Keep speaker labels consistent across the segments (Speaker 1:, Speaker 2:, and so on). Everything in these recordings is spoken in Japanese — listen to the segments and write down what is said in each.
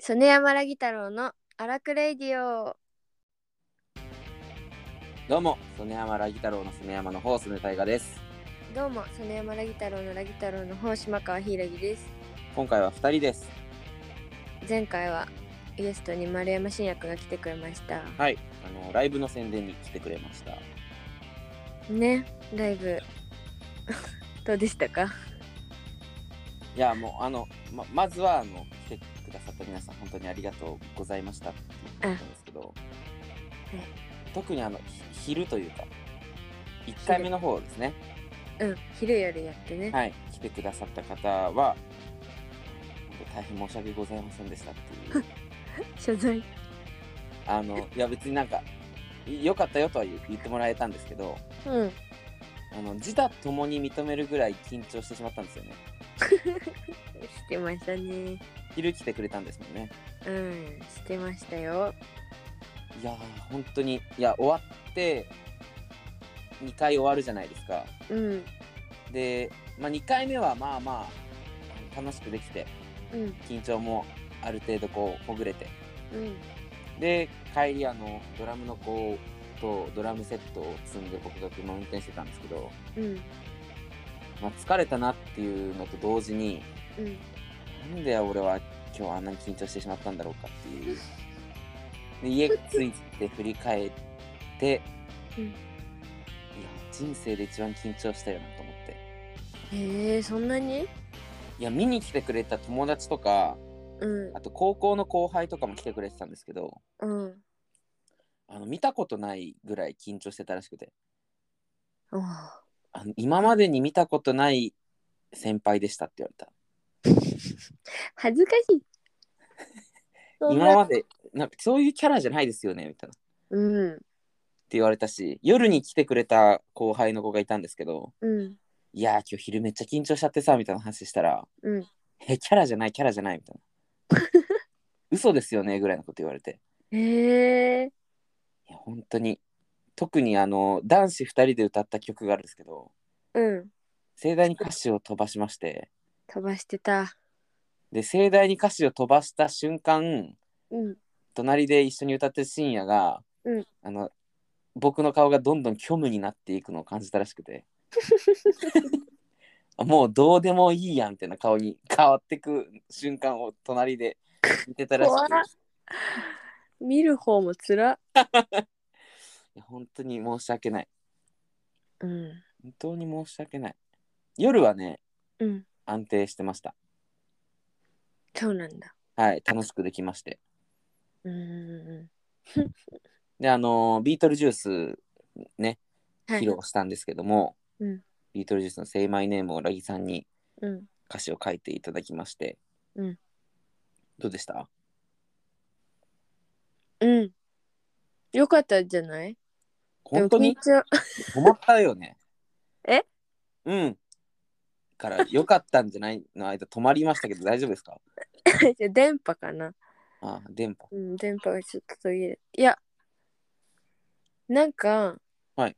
Speaker 1: 曽根山ラギ太郎の荒くレイディオ
Speaker 2: どうも、曽根山ラギ太郎の曽根山の方、曽根大河です。
Speaker 1: どうも曽根山ラギ太郎のラギ太郎の本島川ひいらぎです
Speaker 2: 今回は二人です。
Speaker 1: 前回はゲストに丸山信也が来てくれました
Speaker 2: はい、あのライブの宣伝に来てくれました。
Speaker 1: ねライブ どうでしたか
Speaker 2: いや、もうあのままずはあの来てくださった皆さん本当にありがとうございましたって言ったんですけど、特にあのひ昼というか一回目の方ですね。
Speaker 1: うん昼夜やってね、
Speaker 2: はい、来てくださった方は本当大変申し訳ございませんでしたっていう。
Speaker 1: 謝罪
Speaker 2: あのいや別になんか良かったよとは言言ってもらえたんですけど。
Speaker 1: うん
Speaker 2: あの自他ともに認めるぐらい緊張してしまったんですよね。
Speaker 1: してましたね
Speaker 2: 昼来てくれたんですもんね。
Speaker 1: うんしてましたよ
Speaker 2: いやー本当にいや終わって2回終わるじゃないですか。
Speaker 1: うん
Speaker 2: で、まあ、2回目はまあまあ楽しくできて
Speaker 1: うん
Speaker 2: 緊張もある程度こうほぐれて
Speaker 1: うん
Speaker 2: で帰りあのドラムの子とドラムセットを積んで僕が車を運転してたんですけど、
Speaker 1: うん
Speaker 2: まあ、疲れたなっていうのと同時に
Speaker 1: うん
Speaker 2: なんで俺は今日あんなに緊張してしまったんだろうかっていう。で家着いて振り返って、
Speaker 1: うん
Speaker 2: いや人生で一番緊張したよなと思って。
Speaker 1: へえそんなに
Speaker 2: いや見に来てくれた友達とか
Speaker 1: うん
Speaker 2: あと高校の後輩とかも来てくれてたんですけど
Speaker 1: うん
Speaker 2: あの見たことないぐらい緊張してたらしくて
Speaker 1: おー
Speaker 2: あの今までに見たことない先輩でしたって言われた。
Speaker 1: 恥ずか しいそんな
Speaker 2: 今までなんかそういうキャラじゃないですよねみたいな。
Speaker 1: うん
Speaker 2: って言われたし夜に来てくれた後輩の子がいたんですけど
Speaker 1: うん
Speaker 2: いやー今日昼めっちゃ緊張しちゃってさみたいな話したら
Speaker 1: うん
Speaker 2: えキャラじゃないキャラじゃないみたいな嘘ですよねぐらいのこと言われて
Speaker 1: へえ
Speaker 2: いや本当に特にあの男子2人で歌った曲があるんですけど
Speaker 1: うん
Speaker 2: 盛大に歌詞を飛ばしまして
Speaker 1: 飛ばしてた
Speaker 2: で盛大に歌詞を飛ばした瞬間
Speaker 1: うん
Speaker 2: 隣で一緒に歌ってる深夜が、
Speaker 1: うん
Speaker 2: あの僕の顔がどんどん虚無になっていくのを感じたらしく てあもうどうでもいいやみたいな顔に変わってく瞬間を隣で見てたらし
Speaker 1: 怖っ
Speaker 2: くて
Speaker 1: 見る方もつら
Speaker 2: いや本当に申し訳ない
Speaker 1: うん
Speaker 2: 本当に申し訳ない夜はね
Speaker 1: うん
Speaker 2: 安定してました
Speaker 1: そうなんだ
Speaker 2: はい楽しくできまして
Speaker 1: うんうん
Speaker 2: であのビートルジュースね
Speaker 1: は
Speaker 2: 披
Speaker 1: い
Speaker 2: 露したんですけども、
Speaker 1: うん
Speaker 2: ビートルジュースの「Say My Name」をラギさんに
Speaker 1: うん
Speaker 2: 歌詞を書いていただきまして、
Speaker 1: うん
Speaker 2: どうでした
Speaker 1: うんよかったんじゃない
Speaker 2: 本当に
Speaker 1: でも緊張
Speaker 2: 止まったよね
Speaker 1: え
Speaker 2: うんから「よかったんじゃない?」の間止まりましたけど大丈夫ですか
Speaker 1: じゃあ電波かな
Speaker 2: あ電 波
Speaker 1: うん電波がちょっと途切れいやなんか
Speaker 2: はい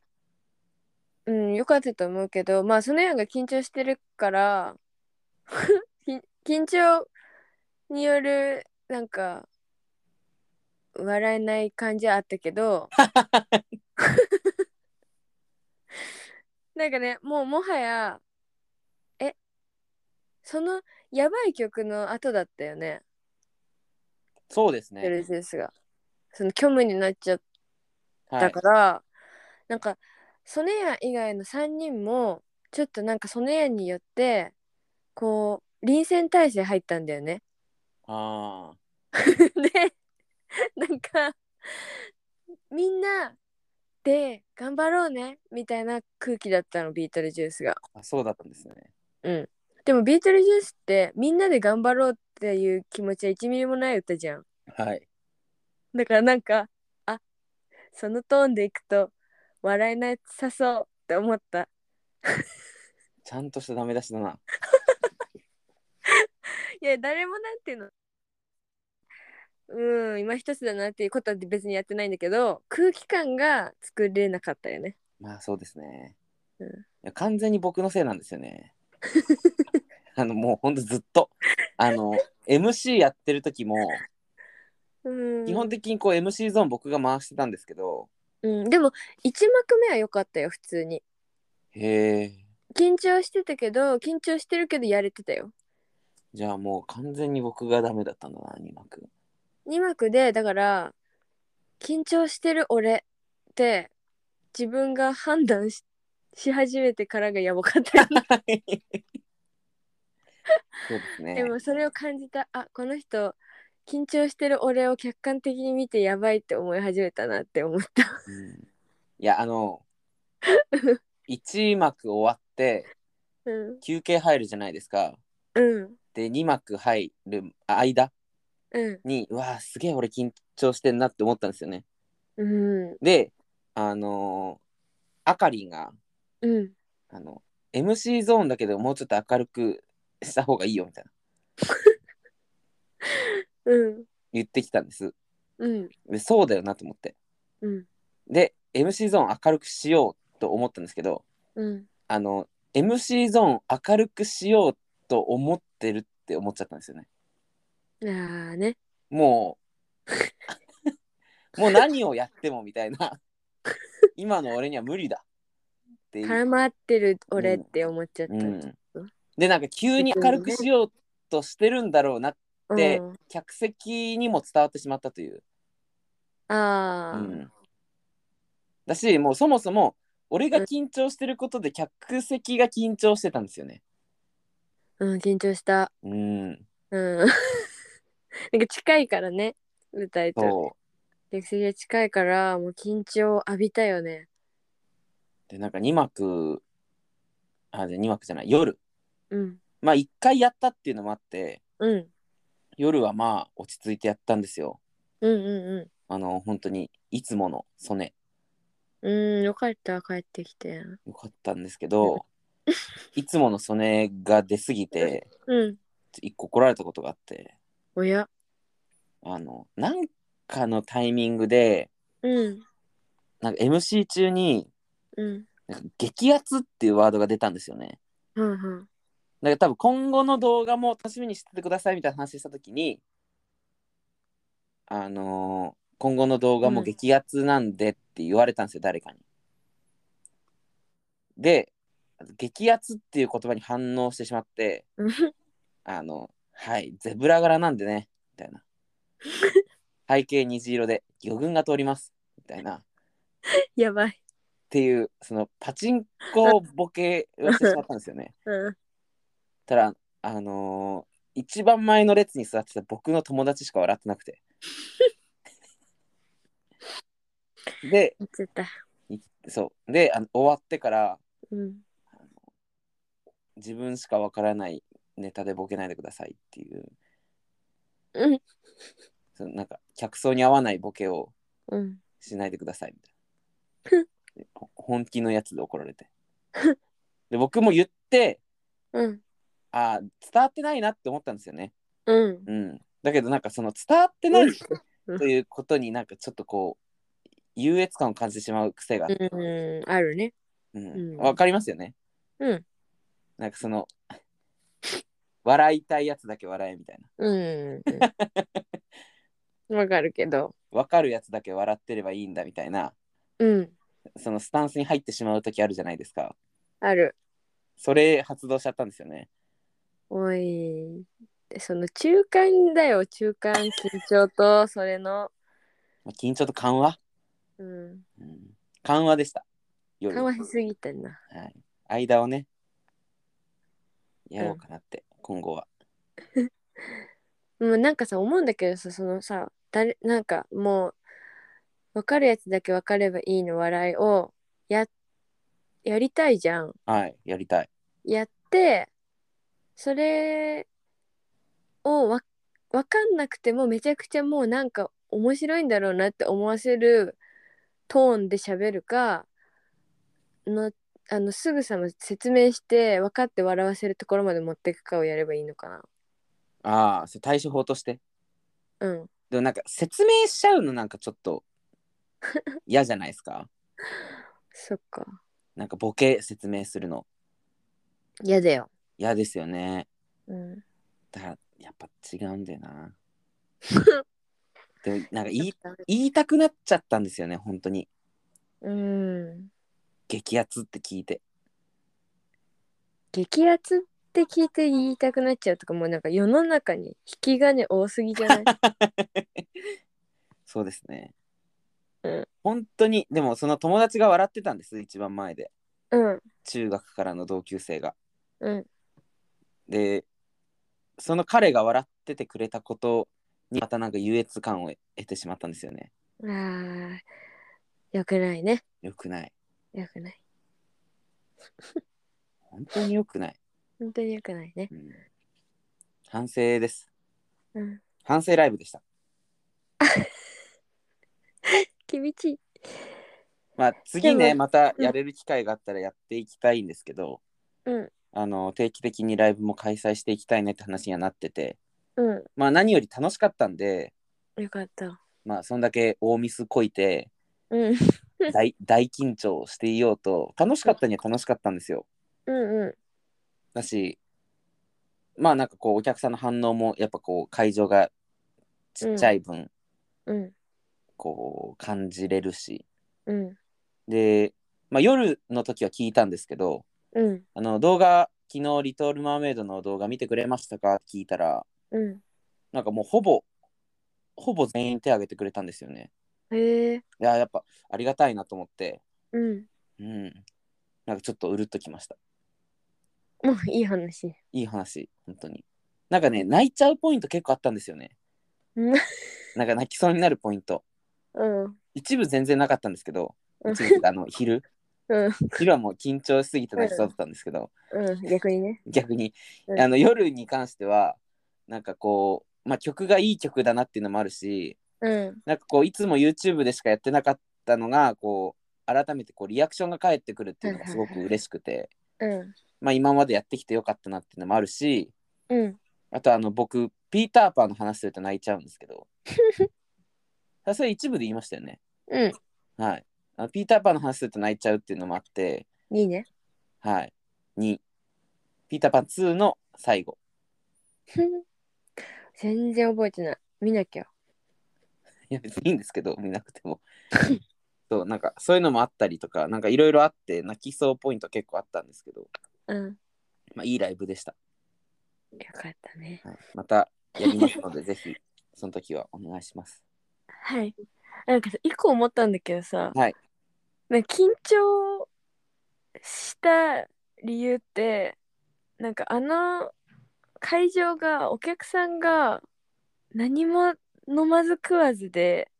Speaker 1: うんよかったと思うけどまあそのやんが緊張してるから き緊張によるなんか笑えない感じはあったけ どなんかねもうもはやえそのやばい曲の後だったよね
Speaker 2: そうです
Speaker 1: ベ
Speaker 2: ね
Speaker 1: ルゼウスがその虚無になっちゃっ
Speaker 2: は
Speaker 1: た
Speaker 2: い
Speaker 1: から、なんかソネヤ以外の3人もちょっとなんかソネヤによってこう臨戦態勢入ったんだよね。
Speaker 2: あー
Speaker 1: でなんかみんなで頑張ろうねみたいな空気だったのビートルジュースが。
Speaker 2: あそうだったんですね
Speaker 1: うん、でもビートルジュースってみんなで頑張ろうっていう気持ちは1ミリもない歌じゃん。
Speaker 2: はい
Speaker 1: だからなんかあそのトーンでいくと笑えなさそうって思った
Speaker 2: ちゃんとしたダメ出しだない
Speaker 1: や誰もなんていうのうん今一つだなっていうことは別にやってないんだけど空気感が作れなかったよね
Speaker 2: まあそうですね、
Speaker 1: うん
Speaker 2: いや完全に僕のせいなんですよ ねあのもうほんとずっとあの MC やってる時も
Speaker 1: うん、
Speaker 2: 基本的にこう MC ゾーン僕が回してたんですけど、
Speaker 1: うん、でも1幕目は良かったよ普通に
Speaker 2: へえ。
Speaker 1: 緊張してたけど緊張してるけどやれてたよ
Speaker 2: じゃあもう完全に僕がダメだったんだな、2幕。
Speaker 1: 2幕でだから緊張してる俺って自分が判断しし始めてからがやばかったよね
Speaker 2: そうですね。
Speaker 1: でもそれを感じたあこの人緊張してる俺を客観的に見てやばいって思い始めたなって思った
Speaker 2: うんいや、あの、1幕終わって
Speaker 1: うん
Speaker 2: 休憩入るじゃないですか。
Speaker 1: うん
Speaker 2: で、2幕入る間
Speaker 1: うん
Speaker 2: に、うわー、すげえ俺緊張してんなって思ったんですよね。
Speaker 1: うん
Speaker 2: で、あのーあかりんが、
Speaker 1: うん
Speaker 2: あの、MC ゾーンだけどもうちょっと明るくした方がいいよみたいな
Speaker 1: うん
Speaker 2: 言ってきたんです。
Speaker 1: うん
Speaker 2: でそうだよなと思って。
Speaker 1: うん
Speaker 2: で、MC ゾーン明るくしようと思ったんですけど、
Speaker 1: うん
Speaker 2: あの MC ゾーン明るくしようと思ってるって思っちゃったんですよね。
Speaker 1: ああね
Speaker 2: もうもう何をやってもみたいな今の俺には無理だっていう。
Speaker 1: 絡まってる俺って思っちゃった、
Speaker 2: うん、でなんか急に明るくしようとしてるんだろうなで
Speaker 1: うん
Speaker 2: 客席にも伝わってしまったという。
Speaker 1: あ
Speaker 2: う
Speaker 1: あ、
Speaker 2: ん、だしもうそもそも俺が緊張してることで客席が緊張してたんですよね。
Speaker 1: うん、緊張した。
Speaker 2: うん、
Speaker 1: うん。なんか近いからね、舞台と。
Speaker 2: そう
Speaker 1: 客席が近いから、もう緊張を浴びたよね。
Speaker 2: でなんか2幕あじゃ2幕じゃない夜
Speaker 1: うん。
Speaker 2: まあ1回やったっていうのもあって
Speaker 1: うん。
Speaker 2: 夜はまあ落ち着いてやったんですよ
Speaker 1: うんう
Speaker 2: あの本当にいつもの曽根
Speaker 1: んうん。うん、よかった、帰ってきて。
Speaker 2: よかったんですけ どいつもの曽根が出過ぎて
Speaker 1: うん。
Speaker 2: 1個怒られたことがあって
Speaker 1: おや。
Speaker 2: あのなんかのタイミングで
Speaker 1: うん。
Speaker 2: なんか MC 中に
Speaker 1: うん。
Speaker 2: なんか激アツっていうワードが出たんですよね
Speaker 1: はんはん。
Speaker 2: だから多分今後の動画も楽しみにしててくださいみたいな話した時にあのー今後の動画も激アツなんでって言われたんですよ、誰かに。で激アツっていう言葉に反応してしまって
Speaker 1: うん
Speaker 2: あのはいゼブラ柄なんでねみたいな背景虹色で魚群が通りますみたいなっ
Speaker 1: やばい。
Speaker 2: ていうそのパチンコボケをしてしまったんですよね。
Speaker 1: うん。
Speaker 2: ただあのー一番前の列に座ってた僕の友達しか笑ってなくてで
Speaker 1: やっちゃった。
Speaker 2: そうであの終わってから
Speaker 1: うん。
Speaker 2: 自分しかわからないネタでボケないでくださいっていう
Speaker 1: うん。
Speaker 2: そのなんか客層に合わないボケを
Speaker 1: うん。
Speaker 2: しないでくださいみたいなでほ本気のやつで怒られてで僕も言って
Speaker 1: うん。
Speaker 2: あー伝わってないなって思ったんですよね
Speaker 1: うん。
Speaker 2: うん、だけどなんかその伝わってない
Speaker 1: うん
Speaker 2: ということになんかちょっとこう優越感を感じてしまう癖があって、
Speaker 1: うん。あるね。
Speaker 2: うん
Speaker 1: うん
Speaker 2: わかりますよね
Speaker 1: うん。
Speaker 2: なんかその笑いたいやつだけ笑えみたいな
Speaker 1: うん。わかるけど。
Speaker 2: わかるやつだけ笑ってればいいんだみたいな
Speaker 1: うん。
Speaker 2: そのスタンスに入ってしまう時あるじゃないですか
Speaker 1: ある。
Speaker 2: それ発動しちゃったんですよね
Speaker 1: おいその中間だよ中間緊張とそれの、
Speaker 2: まあ緊張と緩和、
Speaker 1: うん、
Speaker 2: うん、緩和でした夜
Speaker 1: 緩
Speaker 2: は
Speaker 1: 和しすぎてんな
Speaker 2: はい、間をねやろうかなって、今後は
Speaker 1: もうなんかさ思うんだけどさそのさ誰なんかもう分かるやつだけ分かればいいの笑いをややりたいじゃん
Speaker 2: はいやりたい
Speaker 1: やってそれをわ分かんなくてもめちゃくちゃもうなんか面白いんだろうなって思わせるトーンで喋るかのあのすぐさま説明して分かって笑わせるところまで持っていくかをやればいいのか
Speaker 2: ああ、そう対処法として。
Speaker 1: なうん
Speaker 2: でもなんか説明しちゃうのなんかちょっ と嫌じゃないですか。
Speaker 1: そっか
Speaker 2: なんかボケ説明するの
Speaker 1: 嫌だよ
Speaker 2: 嫌ですよね。
Speaker 1: うん
Speaker 2: だからやっぱ違うんだよな。でなんか言い言いたくなっちゃったんですよね本当に
Speaker 1: うん。
Speaker 2: 激アツって聞いて
Speaker 1: 激アツって聞いて言いたくなっちゃうとかもうなんか世の中に引き金多すぎじゃない
Speaker 2: そうですね、
Speaker 1: うん
Speaker 2: 本当にでもその友達が笑ってたんです一番前で
Speaker 1: うん
Speaker 2: 中学からの同級生が
Speaker 1: うん
Speaker 2: でその彼が笑っててくれたことにまたなんか優越感を得てしまったんですよね
Speaker 1: あーよくないね
Speaker 2: よくない
Speaker 1: よくない
Speaker 2: 本当によくない、
Speaker 1: 本当によくないね
Speaker 2: うん反省です
Speaker 1: うん
Speaker 2: 反省ライブでした
Speaker 1: 厳しい
Speaker 2: まあ次ね
Speaker 1: でも
Speaker 2: またやれる機会があったらやっていきたいんですけど、
Speaker 1: うん
Speaker 2: あの定期的にライブも開催していきたいねって話にはなってて
Speaker 1: う
Speaker 2: まあ何より楽しかったんで
Speaker 1: んよかった
Speaker 2: まあそんだけ大ミスこ いて
Speaker 1: うん
Speaker 2: 大大緊張していようと楽しかったには楽しかったんですよ
Speaker 1: うんう
Speaker 2: だしまあなんかこうお客さんの反応もやっぱこう会場がちっちゃい分、
Speaker 1: んうん
Speaker 2: こう感じれるし
Speaker 1: うん
Speaker 2: で、まあ、夜の時は聞いたんですけど
Speaker 1: うん
Speaker 2: あの動画昨日「リトル・マーメイド」の動画見てくれましたかって聞いたら
Speaker 1: うん
Speaker 2: なんかもうほぼほぼ全員手挙げてくれたんですよね
Speaker 1: へえ
Speaker 2: いややっぱありがたいなと思って
Speaker 1: うん
Speaker 2: うんなんかちょっとうるっときました
Speaker 1: もういい話
Speaker 2: いい話本当になんかね泣いちゃうポイント結構あったんですよね
Speaker 1: うん
Speaker 2: なんか泣きそうになるポイント
Speaker 1: うん
Speaker 2: 一部全然なかったんですけど
Speaker 1: うん
Speaker 2: 一部ってあの昼
Speaker 1: うん
Speaker 2: 昼はもう緊張しすぎて泣きそうだったんですけど
Speaker 1: うん逆にね
Speaker 2: 逆に
Speaker 1: うん
Speaker 2: あの夜に関してはなんかこう、まあ、曲がいい曲だなっていうのもあるし
Speaker 1: うん
Speaker 2: なんかこういつも YouTube でしかやってなかったのがこう改めてこうリアクションが返ってくるっていうのがすごく嬉しくて、
Speaker 1: うん
Speaker 2: まあ、今までやってきてよかったなっていうのもあるし
Speaker 1: うん
Speaker 2: あとあの僕ピーターパーの話すると泣いちゃうんですけどそれ一部で言いましたよね
Speaker 1: う
Speaker 2: はいあのピーターパーの話すると泣いちゃうっていうのもあって
Speaker 1: んいいね
Speaker 2: はい2ピーターパー2の最後
Speaker 1: 全然覚えてない見なきゃ
Speaker 2: いや別にいいんですけど見なくてもそうなんかそういうのもあったりとかなんかいろいろあって泣きそうポイント結構あったんですけど、
Speaker 1: うん
Speaker 2: まあ、いいライブでした、
Speaker 1: よかったね
Speaker 2: はい、またやりますのでぜひその時はお願いします
Speaker 1: はい。なんかさ、一個思ったんだけどさ、
Speaker 2: はい
Speaker 1: なんか緊張した理由って、なんかあの会場がお客さんが何も飲まず食わずで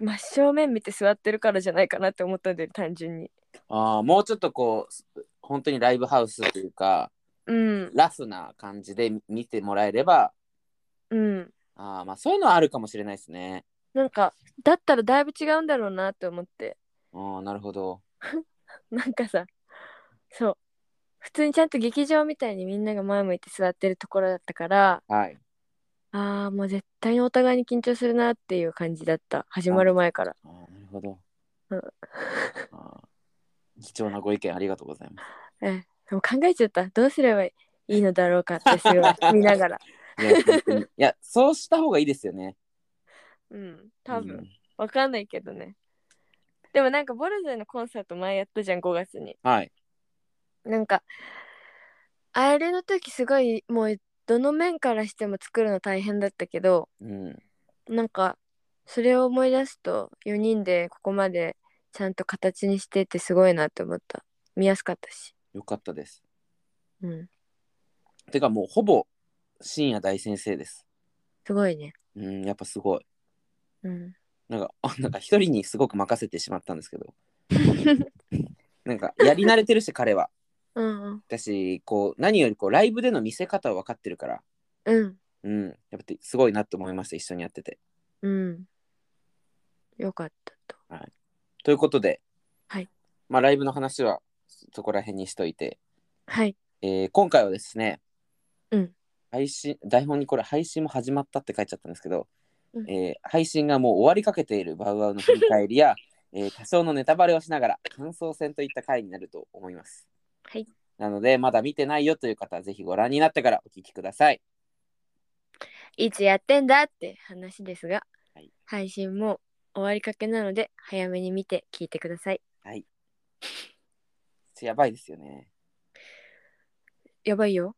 Speaker 1: 真正面見て座ってるからじゃないかなって思ったんだよね単純に。
Speaker 2: あーもうちょっとこう本当にライブハウスというか
Speaker 1: うん
Speaker 2: ラフな感じで見てもらえれば
Speaker 1: うん。
Speaker 2: あーまあそういうのはあるかもしれないですね
Speaker 1: なんかだったらだいぶ違うんだろうなって思って。
Speaker 2: あなるほど
Speaker 1: なんかさそう普通にちゃんと劇場みたいにみんなが前向いて座ってるところだったから
Speaker 2: はい
Speaker 1: あーもう絶対にお互いに緊張するなっていう感じだった始まる前から
Speaker 2: あーなるほど
Speaker 1: うん
Speaker 2: あー貴重なご意見ありがとうございます
Speaker 1: えでも考えちゃったどうすればいいのだろうかってすご い見ながら
Speaker 2: いや本当にいやそうした方がいいですよね
Speaker 1: うん多分、
Speaker 2: うん
Speaker 1: わかんないけどねでもなんかボルゾイのコンサート前やったじゃん5月に
Speaker 2: はい
Speaker 1: なんかあれの時すごいもうどの面からしても作るの大変だったけど
Speaker 2: うん
Speaker 1: なんかそれを思い出すと4人でここまでちゃんと形にしてってすごいなって思った見やすかったし
Speaker 2: よかったです。
Speaker 1: うん
Speaker 2: てかもうほぼ深夜大先生です。
Speaker 1: すごいね
Speaker 2: うん、やっぱすごい。
Speaker 1: うん
Speaker 2: なんか、あなんか一人にすごく任せてしまったんです けど。なんか、やり慣れてるし、彼は。
Speaker 1: うん
Speaker 2: だし、こう、何よりこう、ライブでの見せ方を分かってるから、
Speaker 1: うん
Speaker 2: うん、やっぱりすごいなって思いました、一緒にやってて。
Speaker 1: うんよかったと
Speaker 2: ということで、
Speaker 1: はい。
Speaker 2: まあ、ライブの話はそこら辺にしといて、
Speaker 1: はい
Speaker 2: えー今回はですね、
Speaker 1: うん
Speaker 2: 配信台本にこれ配信も始まったって書いちゃったんですけど、
Speaker 1: うん
Speaker 2: えー配信がもう終わりかけているバウアウの振り返 りや、えー多少のネタバレをしながら感想戦といった回になると思います。
Speaker 1: はい
Speaker 2: なのでまだ見てないよという方はぜひご覧になってからお聞きください。
Speaker 1: いつやってんだって話ですが、
Speaker 2: はい
Speaker 1: 配信も終わりかけなので早めに見て聞いてください
Speaker 2: やばいですよね。
Speaker 1: やばいよ、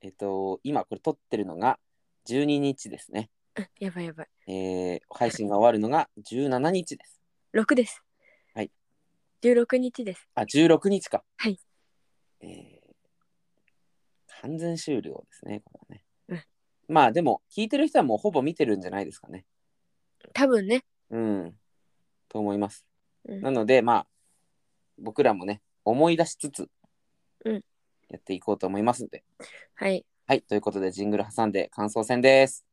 Speaker 2: えっと、今これ撮ってるのが12日ですね。
Speaker 1: うん、やばいやばい
Speaker 2: えー配信が終わるのが17日です。
Speaker 1: 6です
Speaker 2: はい
Speaker 1: 16日です
Speaker 2: あ、16日か。
Speaker 1: はい。
Speaker 2: えー完全終了ですね、これはね。まあでも、聞いてる人はもうほぼ見てるんじゃないですかね。
Speaker 1: 多分ね、
Speaker 2: うん。と思います。
Speaker 1: うん
Speaker 2: なので、まあ、僕らもね、思い出しつつ、
Speaker 1: うん
Speaker 2: やっていこうと思いますので。
Speaker 1: はい
Speaker 2: はい、ということで、ジングル挟んで感想戦です。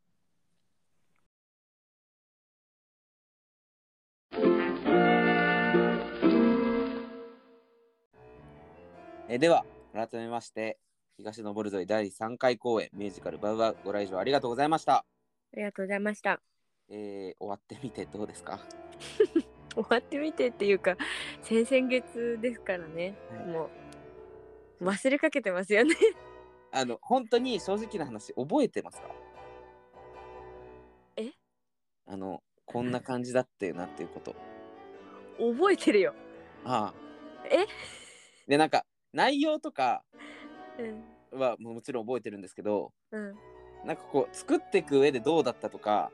Speaker 2: えでは、改めまして、東のボルゾイ第3回公演ミュージカルバウバウご来場ありがとうございました。
Speaker 1: ありがとうございました
Speaker 2: えー終わってみてどうですか
Speaker 1: 終わってみてっていうか先々月ですからね、
Speaker 2: はい
Speaker 1: もう忘れかけてますよね
Speaker 2: あの、本当に正直な話、覚えてますか
Speaker 1: え
Speaker 2: あの、こんな感じだったよなっていうこと。
Speaker 1: 覚えてるよ
Speaker 2: ああ。
Speaker 1: え
Speaker 2: で、なんか、内容とか
Speaker 1: うん
Speaker 2: はもうもちろん覚えてるんですけど、
Speaker 1: うん
Speaker 2: なんかこう、作っていく上でどうだったとか、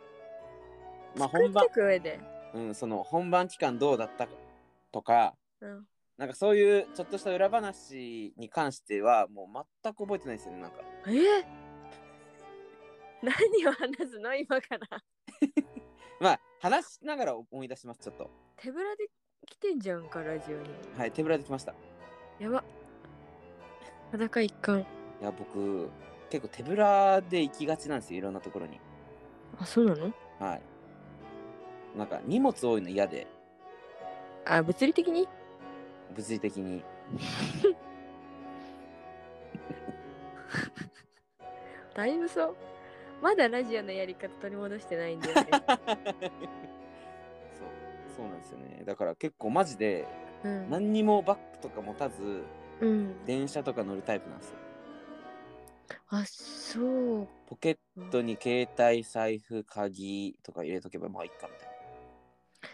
Speaker 2: まあ、
Speaker 1: 作
Speaker 2: 本
Speaker 1: って
Speaker 2: 番
Speaker 1: い、く上で、
Speaker 2: うん、その、本番期間どうだったとか、
Speaker 1: うん、
Speaker 2: なんかそういうちょっとした裏話に関しては、もう全く覚えてないですよね、なんか。
Speaker 1: え何を話すの今から
Speaker 2: まあ、話しながら思い出します、ちょっと。
Speaker 1: 手ぶらで来てんじゃんかラジオに
Speaker 2: はい、手ぶらできました。
Speaker 1: やば裸一貫
Speaker 2: いや僕結構手ぶらで行きがちなんですよいろんなところに
Speaker 1: あそうなの
Speaker 2: はいなんか荷物多いの嫌で
Speaker 1: あ物理的に
Speaker 2: 物理的に
Speaker 1: だいぶそうまだラジオのやり方取り戻してないん だよね
Speaker 2: そうそうなんですよねだから結構マジで
Speaker 1: うん、
Speaker 2: 何にもバッグとか持たず
Speaker 1: うん、
Speaker 2: 電車とか乗るタイプなんですよ
Speaker 1: あそう
Speaker 2: ポケットに携帯財布鍵とか入れとけばまあいいかみたい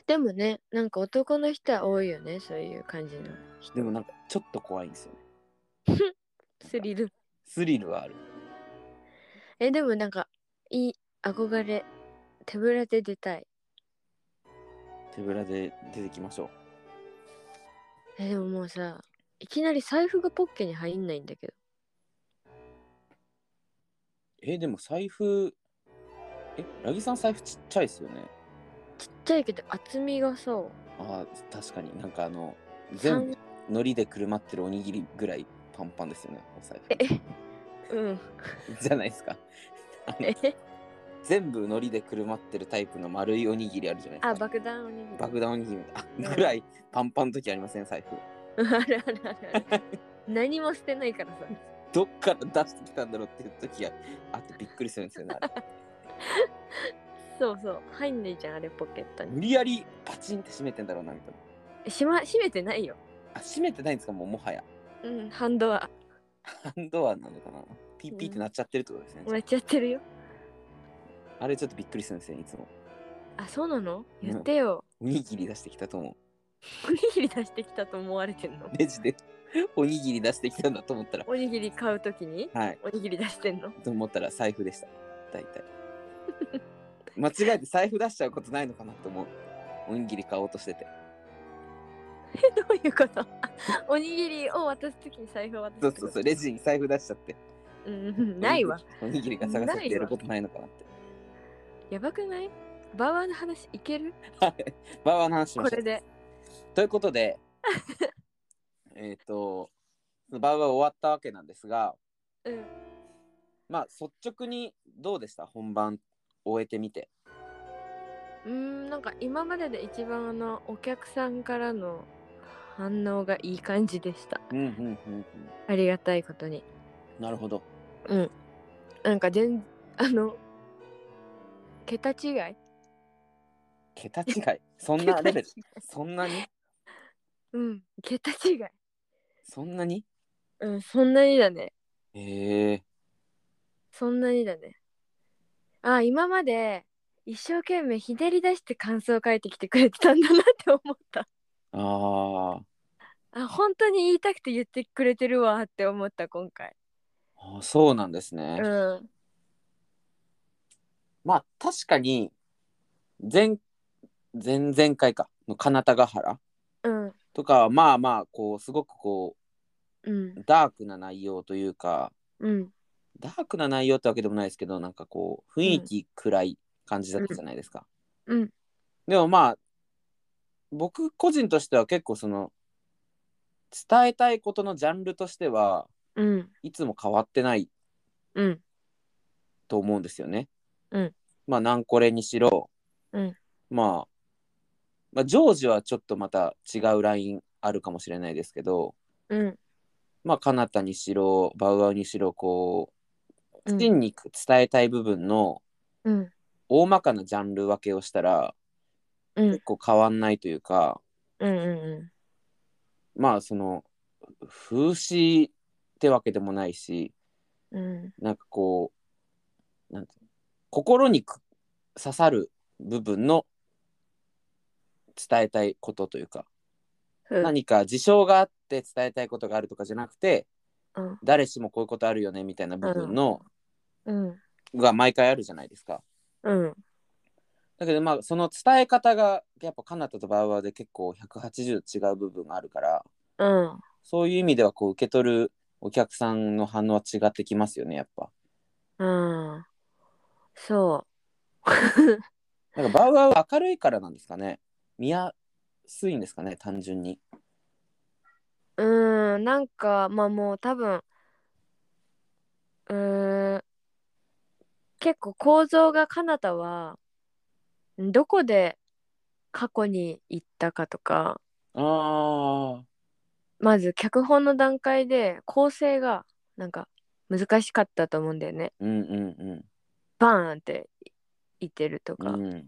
Speaker 1: でもねなんか男の人は多いよねそういう感じの
Speaker 2: なでもなんかちょっと怖いんですよね
Speaker 1: スリル
Speaker 2: スリルはある
Speaker 1: えでもなんかいい憧れ手ぶらで出たい
Speaker 2: 手ぶらで出てきましょう
Speaker 1: えでももうさいきなり財布がポッケに入んないんだけど
Speaker 2: えでも財布えラギさん財布ちっちゃいですよね
Speaker 1: ちっちゃいけど厚みがさ
Speaker 2: ああ確かになんかあの全
Speaker 1: 三
Speaker 2: 部海苔でくるまってるおにぎりぐらいパンパンですよねお財
Speaker 1: え
Speaker 2: 布
Speaker 1: うん
Speaker 2: じゃないですかあの
Speaker 1: え
Speaker 2: 全部海苔でくるまってるタイプの丸いおにぎりあるじゃないですか
Speaker 1: あ爆弾おにぎり
Speaker 2: 爆弾おにぎりみたいな
Speaker 1: う
Speaker 2: あ
Speaker 1: ん
Speaker 2: ぐらいパンパンの時ありません財布
Speaker 1: あるあるあるある何もしてないからさ
Speaker 2: どっから出してきたんだろうっていう時があってびっくりするんですよねあれ
Speaker 1: そうそう入んないじゃんあれポケットに
Speaker 2: 無理やりパチンって閉めてんだろうなみたいな
Speaker 1: えしま閉めてないよ
Speaker 2: あ閉めてないんですかもうもはや
Speaker 1: うんハンドは
Speaker 2: ハンドアなのかなピッピーってなっちゃってるってことですね、
Speaker 1: もらっちゃってるよ
Speaker 2: あれちょっとびっくりするんですよねいつも
Speaker 1: あそうなの言ってよ、
Speaker 2: おにぎり出してきたと思う
Speaker 1: おにぎり出してきたと思われてんの
Speaker 2: レジでおにぎり出してきたんだと思ったら、
Speaker 1: おにぎり買うときに
Speaker 2: はい、
Speaker 1: おにぎり出して んの
Speaker 2: と思ったら財布でした。大体。 間違えて財布出しちゃうことないのかなと思う。おにぎり買おうとしてて。
Speaker 1: えどういうこと おにぎりを渡すときに財布を渡す
Speaker 2: そう
Speaker 1: って
Speaker 2: そ
Speaker 1: こ
Speaker 2: う
Speaker 1: と
Speaker 2: そう、レジに財布出しちゃって。
Speaker 1: うんうんないわ
Speaker 2: おにぎり。おにぎりが探せってやることないのかなって。
Speaker 1: やばくないババアの話いける
Speaker 2: はい。バーバーの話しま
Speaker 1: こ
Speaker 2: しょ
Speaker 1: れ
Speaker 2: う。
Speaker 1: で
Speaker 2: ということで、 えっと、バーバー終わったわけなんですが、
Speaker 1: うん
Speaker 2: まあ、率直にどうでした本番終えてみて。
Speaker 1: うーんなんか今までで一番あのお客さんからの反応がいい感じでした
Speaker 2: うんうんうんうん。
Speaker 1: ありがたいことに
Speaker 2: なるほど。
Speaker 1: うんなんか全あの桁違い
Speaker 2: 桁違い。そんなレベル。そんなに
Speaker 1: うん桁違い
Speaker 2: そんなに
Speaker 1: うんそんなにだね
Speaker 2: ええ
Speaker 1: そんなにだねあ今まで一生懸命ひねり出して感想を書いてきてくれてたんだなって思った
Speaker 2: あ
Speaker 1: あ本当に言いたくて言ってくれてるわって思った今回
Speaker 2: ーあそうなんです
Speaker 1: う
Speaker 2: ね、
Speaker 1: ん
Speaker 2: まあ確かに前前々回かの金田ヶ原
Speaker 1: うん
Speaker 2: とかはまあまあこうすごくこ
Speaker 1: うん
Speaker 2: うダークな内容というか
Speaker 1: うん
Speaker 2: ダークな内容ってわけでもないですけどなんかこう雰囲気暗い感じだったじゃないですか、
Speaker 1: うん
Speaker 2: でもまあ僕個人としては結構その伝えたいことのジャンルとしては
Speaker 1: うん
Speaker 2: いつも変わってない
Speaker 1: うん
Speaker 2: と思うんですよね。
Speaker 1: うん
Speaker 2: まあ何これにしろ、
Speaker 1: うん
Speaker 2: まあ、まあジョージはちょっとまた違うラインあるかもしれないですけど
Speaker 1: うん
Speaker 2: まあかなたにしろバウアウにしろこ
Speaker 1: う
Speaker 2: うん真に伝えたい部分の
Speaker 1: うん
Speaker 2: 大まかなジャンル分けをしたら
Speaker 1: うん
Speaker 2: 結構変わんないというか、
Speaker 1: うんうん
Speaker 2: まあその風刺ってわけでもないし
Speaker 1: うん
Speaker 2: なんかこうなんていうの心にく刺さる部分の伝えたいことというか、
Speaker 1: うん
Speaker 2: 何か事象があって伝えたいことがあるとかじゃなくて
Speaker 1: うん
Speaker 2: 誰しもこういうことあるよねみたいな部分の、
Speaker 1: うん
Speaker 2: が毎回あるじゃないですか。
Speaker 1: うん
Speaker 2: だけどまあその伝え方がやっぱカナタとバウアーで結構180違う部分があるから
Speaker 1: うん
Speaker 2: そういう意味ではこう受け取るお客さんの反応は違ってきますよねやっぱ。
Speaker 1: うんそ
Speaker 2: なんかバウアーは明るいからなんですかね見やすいんですかね単純に。
Speaker 1: ううんなんかまあもう多分うーん結構構造が彼方はどこで過去に行ったかとか
Speaker 2: ああ
Speaker 1: まず脚本の段階で構成がなんか難しかったと思うんだよね。
Speaker 2: うんうん
Speaker 1: バーンっていってると
Speaker 2: う
Speaker 1: か、
Speaker 2: ん。うん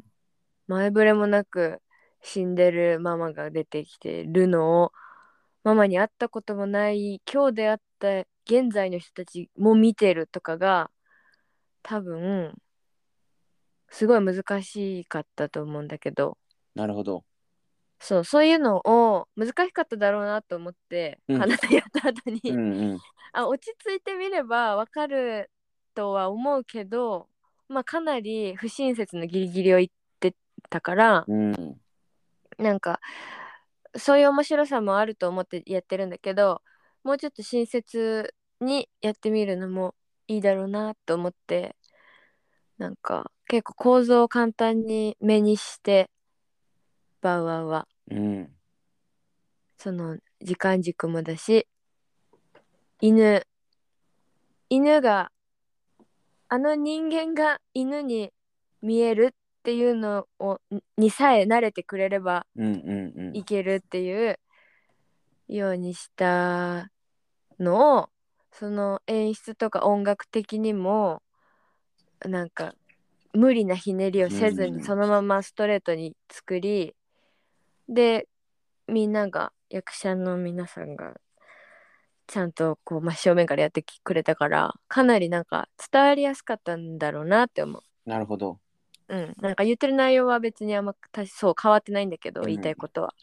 Speaker 1: 前触れもなく死んでるママが出てきてるのをママに会ったこともない今日出会った現在の人たちも見てるとかが多分すごい難しかったと思うんだけど
Speaker 2: なるほど。
Speaker 1: そうそういうのを難しかっただろうなと思って、
Speaker 2: うん
Speaker 1: あなたやった後に、
Speaker 2: うんうん。
Speaker 1: あ落ち着いてみればわかるとは思うけど、まあ、かなり不親切のギリギリを言ってたから
Speaker 2: うん
Speaker 1: なんかそういう面白さもあると思ってやってるんだけどもうちょっと親切にやってみるのもいいだろうなと思ってなんか結構構造を簡単に目にしてバウアーは
Speaker 2: うん。
Speaker 1: その時間軸もだし犬犬があの人間が犬に見えるっていうのをにさえ慣れてくれれば
Speaker 2: うんうんうん
Speaker 1: い。けるっていうようにしたのをその演出とか音楽的にもなんか無理なひねりをせず
Speaker 2: うんうんうん
Speaker 1: にそのままストレートに作りでみんなが役者の皆さんがちゃんとこう真正面からやってきくれたからかなりなんか伝わりやすかったんだろうなって思う。
Speaker 2: なるほど。
Speaker 1: うん、なんか言ってる内容は別にあんまたそう変わってないんだけど、
Speaker 2: うん
Speaker 1: 言いたいことは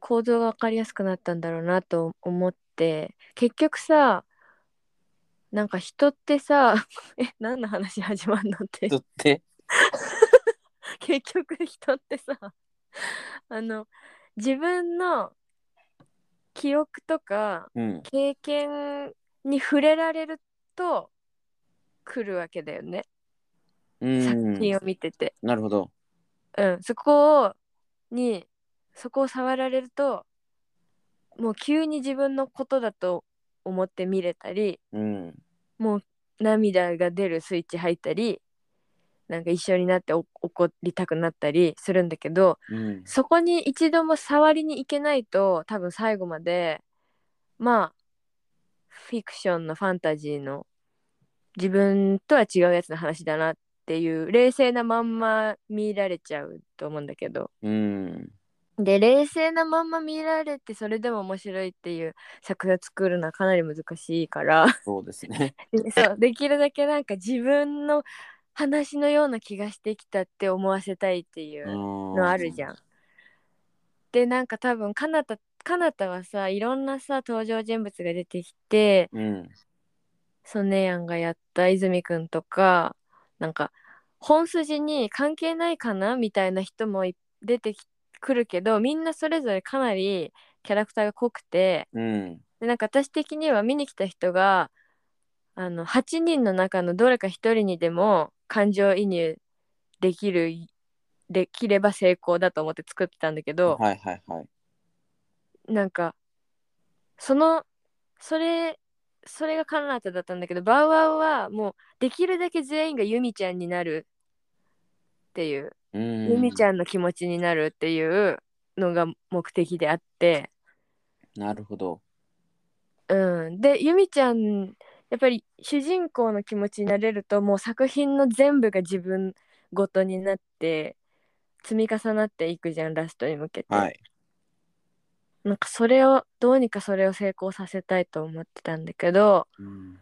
Speaker 1: 構造が分かりやすくなったんだろうなと思って結局さなんか人ってさ え何の話始まんのって
Speaker 2: 人って
Speaker 1: 結局人ってさあの自分の記憶とか
Speaker 2: うん
Speaker 1: 経験に触れられると来るわけだよね、
Speaker 2: うん
Speaker 1: 作。品を見てて。
Speaker 2: なるほど。
Speaker 1: うん、そこをにそこを触られるともう急に自分のことだと思って見れたり
Speaker 2: うん
Speaker 1: もう涙が出るスイッチ入ったりなんか一緒になってお怒りたくなったりするんだけど
Speaker 2: うん。
Speaker 1: そこに一度も触りに行けないと多分最後までまあフィクションのファンタジーの自分とは違うやつの話だなっていう冷静なまんま見られちゃうと思うんだけど
Speaker 2: うん。
Speaker 1: で冷静なまんま見られてそれでも面白いっていう作品を作るのはかなり難しいから
Speaker 2: そうですね。
Speaker 1: そうできるだけなんか自分の話のような気がしてきたって思わせたいっていうのあるじ
Speaker 2: ん。
Speaker 1: ゃん。でなんか多分かなたかなたはさいろんなさ登場人物が出てきて
Speaker 2: うん。
Speaker 1: ソネヤンがやった泉くんとかなんか本筋に関係ないかなみたいな人もい出てきくるけどみんなそれぞれかなりキャラクターが濃くて
Speaker 2: うん。
Speaker 1: でなんか私的には見に来た人があの8人の中のどれか1人にでも感情移入できるできれば成功だと思って作ってたんだけど、
Speaker 2: はいはいはい。
Speaker 1: なんかそのそれそれがカンナータだったんだけどバウアーはもうできるだけ全員がユミちゃんになるっていう、
Speaker 2: うん。
Speaker 1: ユミちゃんの気持ちになるっていうのが目的であって。
Speaker 2: なるほど。
Speaker 1: うん、でユミちゃんやっぱり主人公の気持ちになれるともう作品の全部が自分ごとになって積み重なっていくじゃんラストに向けて、
Speaker 2: はい。
Speaker 1: なんかそれをどうにかそれを成功させたいと思ってたんだけど
Speaker 2: うん。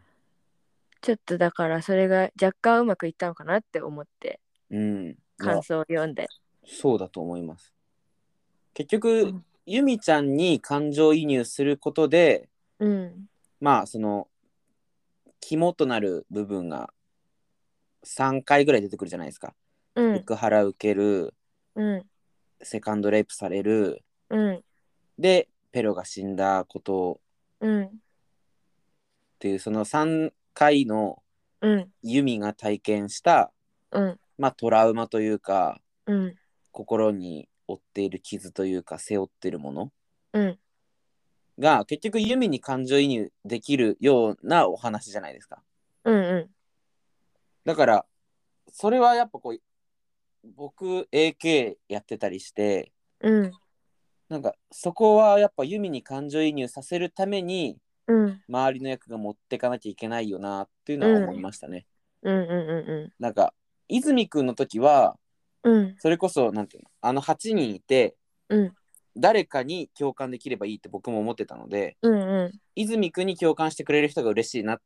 Speaker 1: ちょっとだからそれが若干うまくいったのかなって思って
Speaker 2: うん、
Speaker 1: 感想を読んで、
Speaker 2: そうだと思います。結
Speaker 1: う
Speaker 2: 局
Speaker 1: ん、
Speaker 2: ユミちゃんに感情移入することで、
Speaker 1: うん、
Speaker 2: まあその肝となる部分が3回ぐらい出てくるじゃないですか。
Speaker 1: うん
Speaker 2: 肉腹受ける
Speaker 1: うん
Speaker 2: セカンドレイプされる
Speaker 1: うん
Speaker 2: でペロが死んだこと
Speaker 1: うん
Speaker 2: っていうその3回の
Speaker 1: うん
Speaker 2: ユミが体験した、
Speaker 1: うん
Speaker 2: まあ、トラウマというか
Speaker 1: うん
Speaker 2: 心に負っている傷というか背負っているもの
Speaker 1: うん
Speaker 2: が結局ユミに感情移入できるようなお話じゃないですか。
Speaker 1: うん
Speaker 2: だからそれはやっぱこう僕 AK やってたりして
Speaker 1: うん
Speaker 2: なんかそこはやっぱユミに感情移入させるために
Speaker 1: うん
Speaker 2: 周りの役が持ってかなきゃいけないよなっていうのは思いましたね。
Speaker 1: うんうん
Speaker 2: なんか泉くんの時は
Speaker 1: うん
Speaker 2: それこそなんていうのあの8人いて
Speaker 1: うん
Speaker 2: 誰かに共感できればいいって僕も思ってたので
Speaker 1: うんうん
Speaker 2: 泉くんに共感してくれる人が嬉しいな